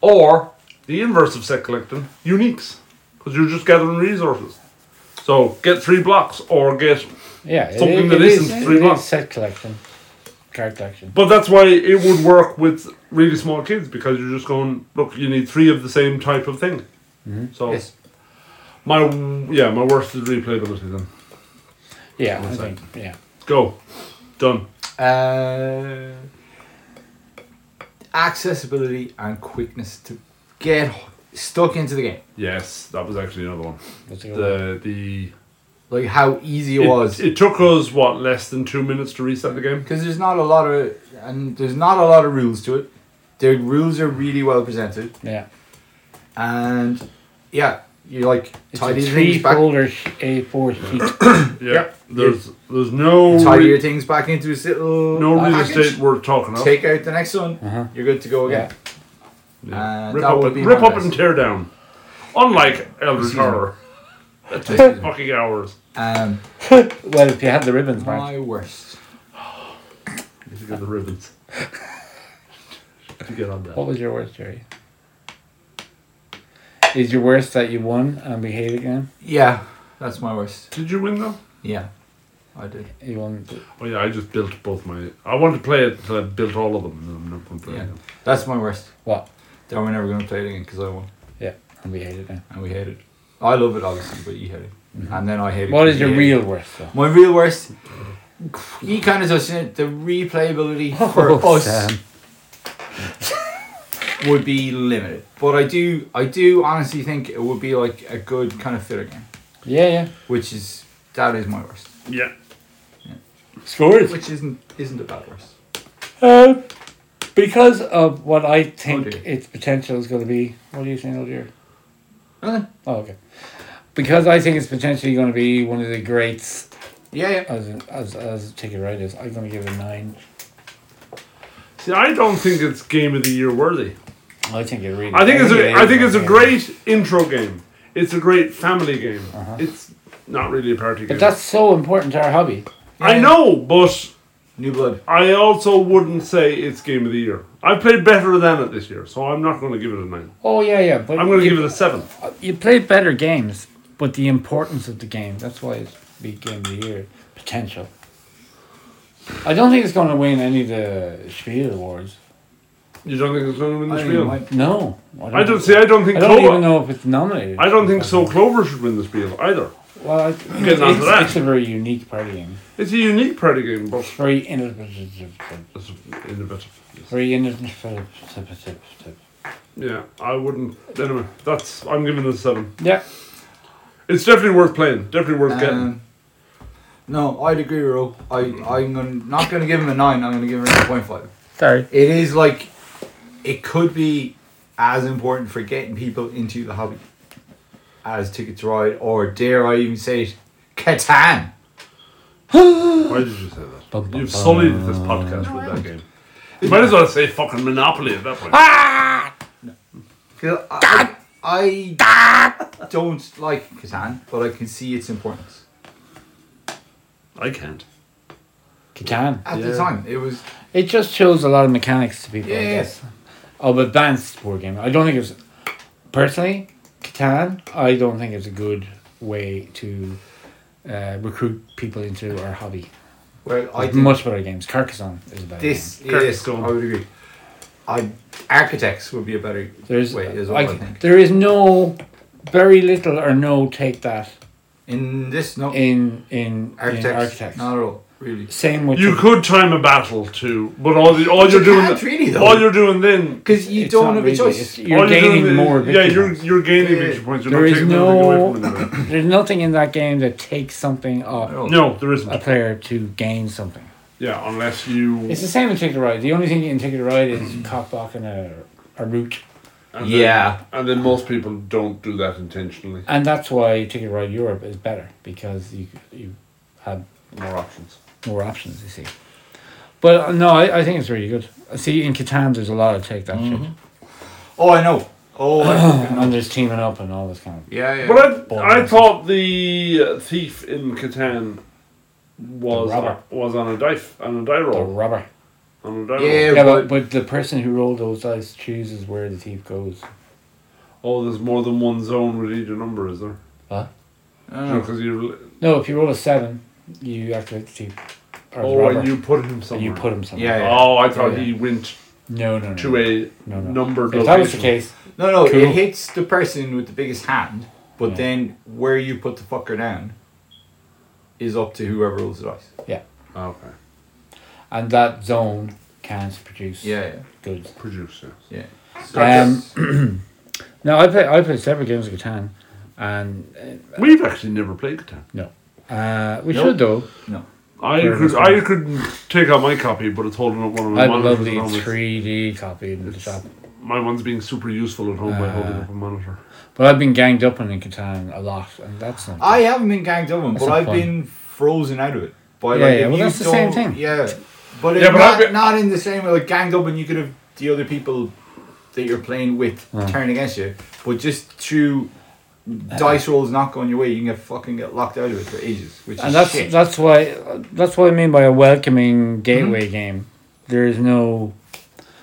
B: or the inverse of set collecting, uniques, because you're just gathering resources. So get three blocks or get.
A: Yeah, it-
B: Something
A: it,
B: that
A: it is,
B: isn't three
A: it
B: months.
A: is set collection, card collection.
B: But that's why it would work with really small kids because you're just going look. You need three of the same type of thing.
C: Mm-hmm.
B: So
A: Yes.
B: my yeah my worst is replayability then.
A: Yeah, I
B: One
A: think, yeah.
B: Go. Done.
C: Uh, accessibility and quickness to get stuck into the game.
B: Yes, that was actually another one.
A: That's a good one.
B: The the
C: Like how easy it,
B: it,
C: was.
B: It took us what less than two minutes to reset the game.
C: Because there's not a lot of and there's not a lot of rules to it. The rules are really well presented,
A: Yeah,
C: and yeah, you like
A: it's
C: tidy
A: a
C: your things
A: three
C: back,
A: folder sh- A4 sheet.
B: Yeah. There's there's no
C: tidy your
B: re-
C: things back into this little
B: no real
C: Uh, package,
B: estate worth talking of.
C: Take out the next one,
A: Uh-huh.
C: you're good to go
A: Yeah.
C: again.
B: Yeah.
C: uh,
B: rip
C: that
B: up
C: would
B: and,
C: be
B: rip
C: my
B: up
C: best.
B: and tear down. Unlike Elder
C: Excuse me.
B: Horror. That takes fucking hours.
C: Um,
A: Well, if you had the ribbons, Mark.
C: my worst.
B: You should get the ribbons. to get on
A: What
B: that.
A: was your worst, Jerry? Is your worst that you won and we hate again?
C: Yeah, that's my worst.
B: Did you win though?
C: Yeah, I did.
A: You won.
B: Oh yeah, I just built both my I want to play it until I built all of them and I'm not gonna play
C: Yeah,
B: them.
C: that's my worst.
A: What?
C: Then we're never gonna play it again because I won
A: Yeah, and we hate again.
C: and we hate it. I love it obviously, but you hate it, and then I hate it.
A: What
C: 'cause
A: is
C: you
A: your
C: hate it.
A: real worst, though?
C: My real worst. He kind of does it. The replayability for
B: Oh,
C: us
A: Oh, Sam.
C: would be limited, but I do, I do honestly think it would be like a good kind of filler game,
A: Yeah, yeah.
C: which is that is my worst,
B: Yeah.
A: Scores.
C: which isn't isn't a bad worst.
A: Uh,
B: Um,
A: because of what I think
C: Oh, dear.
A: its potential is going to be. What are you saying, old dear?
C: Nothing.
A: Oh, okay. Because I think it's potentially going to be one of the greats
C: Yeah, yeah.
A: as as as ticket writers. I'm going to give it a nine.
B: See I don't think it's game of the year worthy.
A: I think it really.
B: I think it's
A: it
B: a,
A: is
B: I think it's a
A: yeah.
B: great intro game. It's a great family game. It's not really a party game.
A: But that's so important to our hobby.
B: I know, but
C: New blood.
B: I also wouldn't say it's game of the year. I played better than it this year, so I'm not going to give it a nine.
A: Oh yeah, yeah. But
B: I'm going to
A: you,
B: give it a seven.
A: You play better games, but the importance of the game. That's why it's the game of the year potential. I don't think it's going to win any of the Spiel awards.
B: You don't think it's going to win
C: I
B: the
C: think it
B: Spiel?
C: might-
A: No,
B: I don't see. I don't think.
A: I don't even
B: Clover,
A: know if it's nominated.
B: I don't think so. Clover should win the Spiel either.
A: Well, I,
B: Getting on to
A: it's,
B: that.
A: it's a very unique party game.
B: It's a unique party game, but
A: Very innovative.
B: it's innovative. Yes.
A: Very innovative.
B: Yeah, I wouldn't. Anyway, that's. I'm giving it a seven.
A: Yeah.
B: It's definitely worth playing. Definitely worth getting.
C: Um, no, I'd agree, Ro. I I'm gonna, not gonna give him a nine. I'm gonna give him a point five.
A: Sorry.
C: It is like, it could be as important for getting people into the hobby as Ticket to Ride, or dare I even say it, Catan.
B: Why did you say that?
A: Bum, bum,
B: You've
A: bum.
B: sullied this podcast with that game. You might as well say fucking Monopoly at that point.
C: Cause I, I don't like Catan, but I can see its importance.
B: I can't.
A: Catan.
C: At
B: Yeah.
C: the time, it was
A: It just shows a lot of mechanics to people, I
C: Yeah.
A: guess. Of advanced board game. I don't think it's personally Catan. I don't think it's a good way to uh, recruit people into our hobby.
D: Well, I
A: There's
D: think
A: much better games. Carcassonne is a better
D: this
B: Correct,
D: is.
B: go on.
D: I would agree. I architects would be a better
A: game. There's
D: way. Is what I,
A: like
D: think.
A: there is no very little or no take that
D: In this, no,
A: in in
D: Architects.
A: architects. In architects.
D: not at all. Really,
A: Same with
B: You
A: the-
B: could time a battle too, but all the, all
D: But
B: you're
D: you
B: doing
D: can't really, though.
B: all you're doing then
D: because you
A: it's
D: don't
A: not
D: have
A: really-
D: a choice.
A: it's- You're
B: all you're doing
A: gaining
B: is-
A: more.
B: Yeah, you're
A: victory.
B: you're gaining
D: Yeah.
B: victory points. You're
A: There
B: not
A: is
B: taking
A: no.
B: anything away from it.
A: There's nothing in that game that takes something
D: At
A: off
D: all.
B: No, there
A: a
B: isn't.
A: player to gain something.
B: Yeah, unless you
A: It's the same in Ticket to Ride. The only thing you can Ticket to Ride is cock blocking a a route,
B: and
C: Yeah.
B: Then, and then most people don't do that intentionally.
A: and that's why Ticket to Ride Europe is better because you you have
B: More options.
A: more options. You see, but uh, no, I, I think it's really good. I See, in Catan, there's a lot of take that shit,
C: Oh, I know. Oh, I fucking know.
A: and there's teaming up and all this kind of.
D: Yeah, yeah.
B: But
A: Ball
B: I, I
A: bounces.
B: thought the uh, thief in Catan was
A: The robber.
B: was on a die on a die
A: The
B: roll
A: rubber.
B: on a die
D: Yeah.
B: roll.
A: Yeah, but, but the person who rolled those dice chooses where the thief goes.
B: Oh, there's more than one zone with either number, is there?
C: I
B: No,
C: know.
B: because you
A: No, if you roll a seven, you activate the thief. Or the
B: oh,
A: rubber,
B: and you put him
A: and
B: somewhere.
A: you put him somewhere.
C: Yeah, yeah.
B: Oh, I thought
A: Yeah.
B: he went
A: No, no, no.
B: to a
A: no, no.
B: numbered
A: If that was the
B: location.
A: case,
C: No, no,
A: Cool.
C: it hits the person with the biggest hand, but
A: Yeah.
C: then where you put the fucker down is up to whoever rolls the dice.
B: Ah, Okay.
A: and that zone can't produce
C: Yeah,
A: goods.
B: Producer.
A: Uh,
C: yeah, yeah.
A: Um,
C: that's-
A: No, I play. I played several games of Catan, and
B: We've actually never played Catan.
A: uh, uh, we
C: Nope.
A: should though.
C: no.
B: I
A: Fair
B: could
A: enough.
B: I could take out my copy, but it's holding up one of
A: I
B: my
A: had a
B: monitors.
A: lovely
B: at home. It's-
A: three D copy in the
B: it's-
A: shop,
B: My one's being super useful at home by holding
A: Uh,
B: up a monitor.
A: but I've been ganged up on in Catan a lot, and that's not.
C: I haven't been ganged up on,
A: That's
C: but
A: not
C: I've
A: fun.
C: been frozen out of it. By
A: Yeah,
C: like,
A: yeah,
C: if
A: well,
C: you
A: that's the same
C: don't-
A: thing.
C: Yeah, but,
B: Yeah,
C: yeah,
B: but I've
C: not,
B: been-
C: not in the same way. Like ganged up, and you could have the other people that you're playing with turn against you, but just through dice rolls not going your way, you can get fucking get locked out of it for ages, which is
A: and that's
C: shit.
A: that's why that's what I mean by a welcoming gateway
C: Mm-hmm.
A: game. There is no,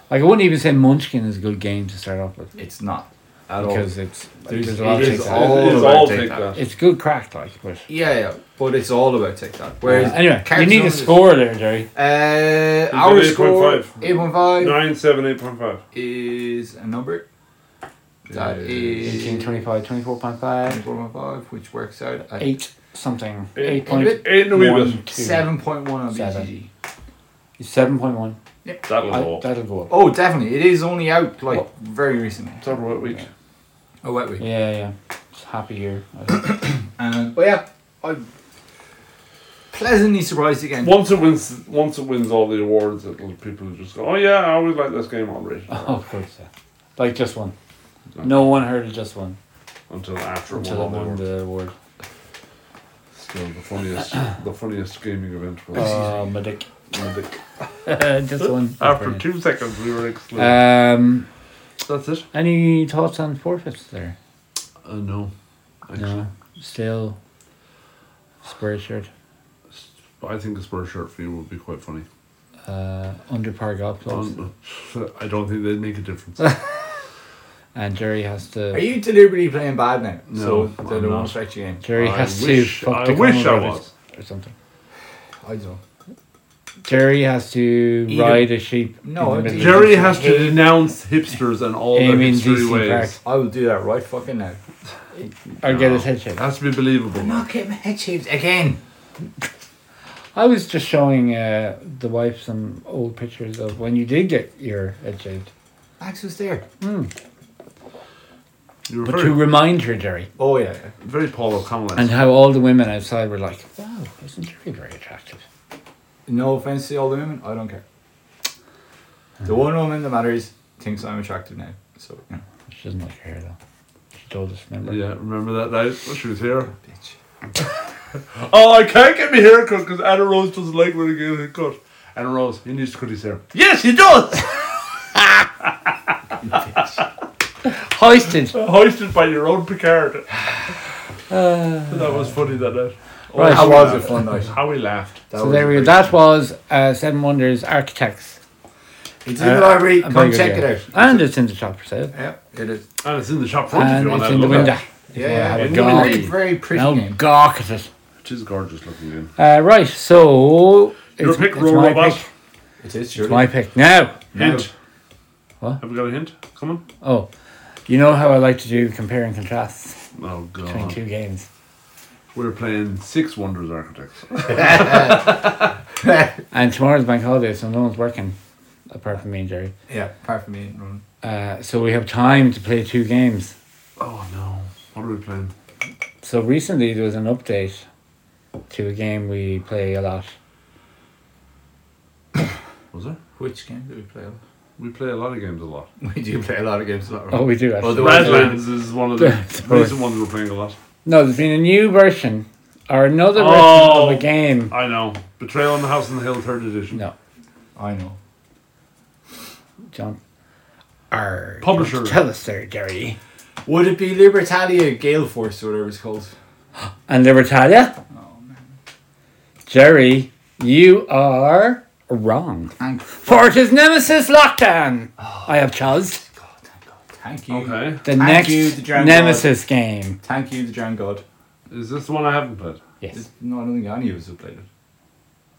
A: like I wouldn't even say Munchkin is a good game to start off with
C: it's not at
A: because it's
C: There's-
A: there's, a lot of
C: it
A: things.
C: is
A: out.
C: all
B: It is
C: about
B: all
C: take
B: take
C: that.
B: that.
A: It's good crack, like but.
C: all. Yeah, yeah, but it's all about TikTok. Whereas
A: anyway, you
C: Cards
A: need
C: Known
A: a
C: is-
A: score there, Jerry.
C: Uh,
B: got
C: our
B: 8.5.
C: score eight point five
B: Nine seven eight point five.
C: is a number. That
B: Uh,
C: is
A: 18, 25, 24.5,
C: 24.5, which works out at
A: 8 something.
B: Eight-
A: 8.1.
B: Eight and a wee bit.
C: 7.1 on
A: Seven.
C: BGG.
A: 7.1.
B: That was
A: I-
B: all.
A: That'll go up.
C: Oh, definitely. It is only out like very recently.
B: It's over what week.
C: Oh, wet week.
A: Yeah, yeah. It's a happy year. I think.
C: And
B: Oh,
C: but yeah, Um, I'm pleasantly surprised again.
B: Once it wins, once it wins all the awards, it'll people will just go, "Oh yeah, I always like this game already."
A: oh, of course, yeah. Like just one. No one heard of just one
B: Until after it won
A: until
B: all
A: it
B: the
A: won
B: awards.
A: the award.
B: Still the funniest, the funniest gaming event was
A: Uh, Medic.
B: Olympic.
A: just one.
B: After two seconds, we were excellent.
A: Um,
B: That's it.
A: any thoughts on forfeits there?
B: Uh, no,
A: No. Still Spurs shirt.
B: I think a Spurs shirt for you would be quite funny.
A: Uh, under par golf clubs.
B: Um, I don't think they'd make a difference.
A: And Jerry has to.
C: Are you deliberately playing bad now?
B: No,
C: so
B: I'm
C: that it
B: not.
C: won't affect your game.
A: Jerry
B: I
A: has
B: wish-
A: to. Fuck
B: I
A: the
B: wish
A: Coen
B: I
A: brothers
B: was.
A: Or something.
C: I don't.
A: Jerry has to
C: Eat
A: ride a sheep.
C: No,
A: in the middle of
B: Jerry
A: the
B: has to
A: city.
B: denounce hipsters and all their
A: Aim in
B: hipstery
A: DC
B: ways.
A: Park.
C: I will do that right fucking now.
A: or get his head shaved.
B: It has to be believable.
C: Not getting my head shaved again.
A: I was just showing uh, the wife some old pictures of when you did get your head shaved,
C: Max was there.
B: You were
A: but
B: very,
A: to remind her, Jerry,
C: Oh yeah. yeah.
B: very Paul O'Connell.
A: and how all the women outside were like, "Wow, isn't Jerry very attractive?"
C: No offense to all the women, I don't care.
A: Hmm.
C: The one woman that matters thinks I'm attractive now. So you know,
A: She doesn't like her hair though. She told us, remember?
B: Yeah, remember that night when she was here?
C: bitch.
B: Oh, I can't get my hair cut because Anna Rose doesn't like when I get it cut. Anna Rose, he needs to cut his hair. Yes, he does!
A: Hoisted.
B: Hoisted by your own Picard. that was funny that night. Oh,
A: Right.
C: That was a fun night.
B: How we laughed.
C: That
A: So
C: was
A: there
C: a
A: we go.
C: great
A: That was uh, Seven Wonders Architects.
C: It's in
A: Uh,
C: the library.
A: a
C: Come
A: very good
C: check it
A: game.
C: out.
A: And it's in the shop for sale.
C: Yeah, it is.
B: And it's in the shop front if
A: And
B: you want
A: it's
B: to
A: in the
B: look at
A: window.
B: it.
C: Yeah,
A: have
C: yeah.
A: a
C: it's
A: go.
C: Very, very pretty
A: Now
C: game.
A: gawk at it.
B: It is gorgeous looking in.
A: Uh, right, so
B: Your
A: it's,
B: pick,
A: it's
B: Roll
A: my
B: Robot.
A: pick.
D: It is,
A: It's
D: surely.
A: my pick now.
B: Hint.
A: What?
B: Have we got a hint? Coming?
A: Oh, you know how I like to do compare and contrast
B: Oh,
A: between
B: God.
A: two games.
B: We're playing Six Wonders Architects.
A: And tomorrow's bank holiday, so no one's working apart from me and Jerry.
C: Yeah, apart from me and Ronan.
A: Uh, so we have time to play two games.
B: oh, no. What are we playing?
A: So recently there was an update to a game we play a lot.
B: Was there?
C: Which game do we play? a
B: We play a lot of games a lot.
C: lot? We do play a lot of games a lot.
A: Oh, we do
C: Oh,
A: actually.
C: the- one-
B: Badlands is one of the recent ones we're playing a lot.
A: No, there's been a new version or another
B: Oh.
A: version of a game.
B: I know. Betrayal on the House on the Hill, third edition.
A: No,
C: I know.
A: John. Arr,
B: Publisher.
A: don't Tell us there, Jerry.
C: Would it be Libertalia Gale Force, or whatever it's called?
A: And Libertalia?
C: Oh,
A: Jerry, you are wrong.
C: Thank
A: For it is Nemesis Lockdown. I have chose
C: God, thank God. Thank you.
B: Okay.
A: the
C: Oh. Thank
A: next
C: you, the Drowned
A: Nemesis game.
C: Thank you, the Drowned God.
B: Is this the one I haven't played?
A: Yes.
C: No, I don't think any of us have played it.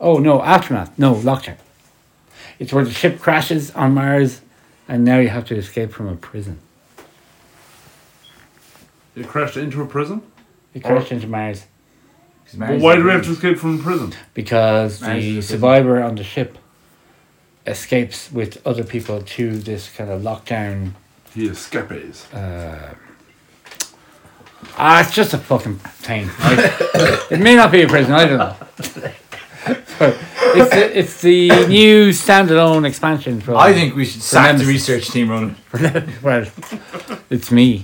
A: Oh no, Aftermath. No, Lockdown. It's where the ship crashes on Mars and now you have to escape from a prison.
B: It crashed into a prison?
C: Oh.
A: It crashed into Mars
C: 'Cause
B: But
C: Mary's
B: why
C: the
B: do we have
C: Queen.
B: to escape from prison?
A: because
C: Mars is a
A: the
C: prison.
A: survivor on the ship escapes with other people to this kind of lockdown
B: He escapes.
A: Ah, it's just a fucking thing. right? it may not be a prison. I don't know. But it's the, it's the new standalone expansion for.
C: I think we should sack the
A: Nemesis.
C: research team, Ronan.
A: Well, it's me,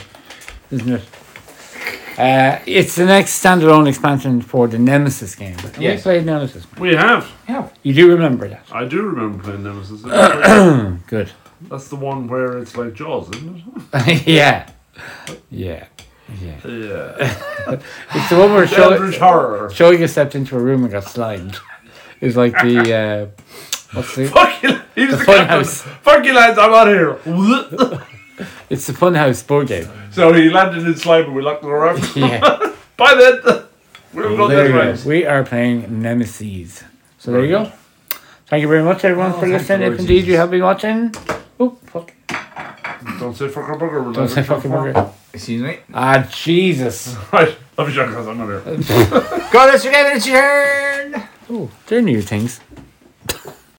A: isn't it? Uh, it's the next standalone expansion for the Nemesis game. Have
C: Yes.
A: We played Nemesis.
B: we have.
C: Yeah.
A: You do remember that?
B: I do remember playing Nemesis. That's
A: Good.
B: the one where it's like Jaws, isn't
A: yeah. Yeah. Yeah.
B: it? Yeah.
A: It's the one where
B: Eldritch
A: Sho-
B: Horror.
A: Shoga stepped into a room and got slimed. It's like the. Uh, what's the.
B: Fuck you. He was
A: The
B: the,
A: fun
B: captain.
A: house.
B: Fuck you, lads. I'm out of here.
A: It's the Funhouse board game.
B: so he landed in slime and we locked the door up.
A: Yeah.
B: Bye then. We're going that
C: there you
B: way.
C: go.
A: we are playing Nemesis. So there you go. Thank you very much, everyone, for
C: Oh, thank
A: listening.
C: the
A: If
C: Lord
A: indeed you
C: Jesus.
A: have been watching. Oh, fuck.
B: Don't say fucker bugger. we'll
A: Don't
B: never
A: say fucking
B: come
A: murder.
C: Excuse me.
A: Ah, Jesus.
B: back. Right. Love you, John, 'cause I'm out of here.
C: Go, let's get it, it's your turn.
A: Oh, they're new things.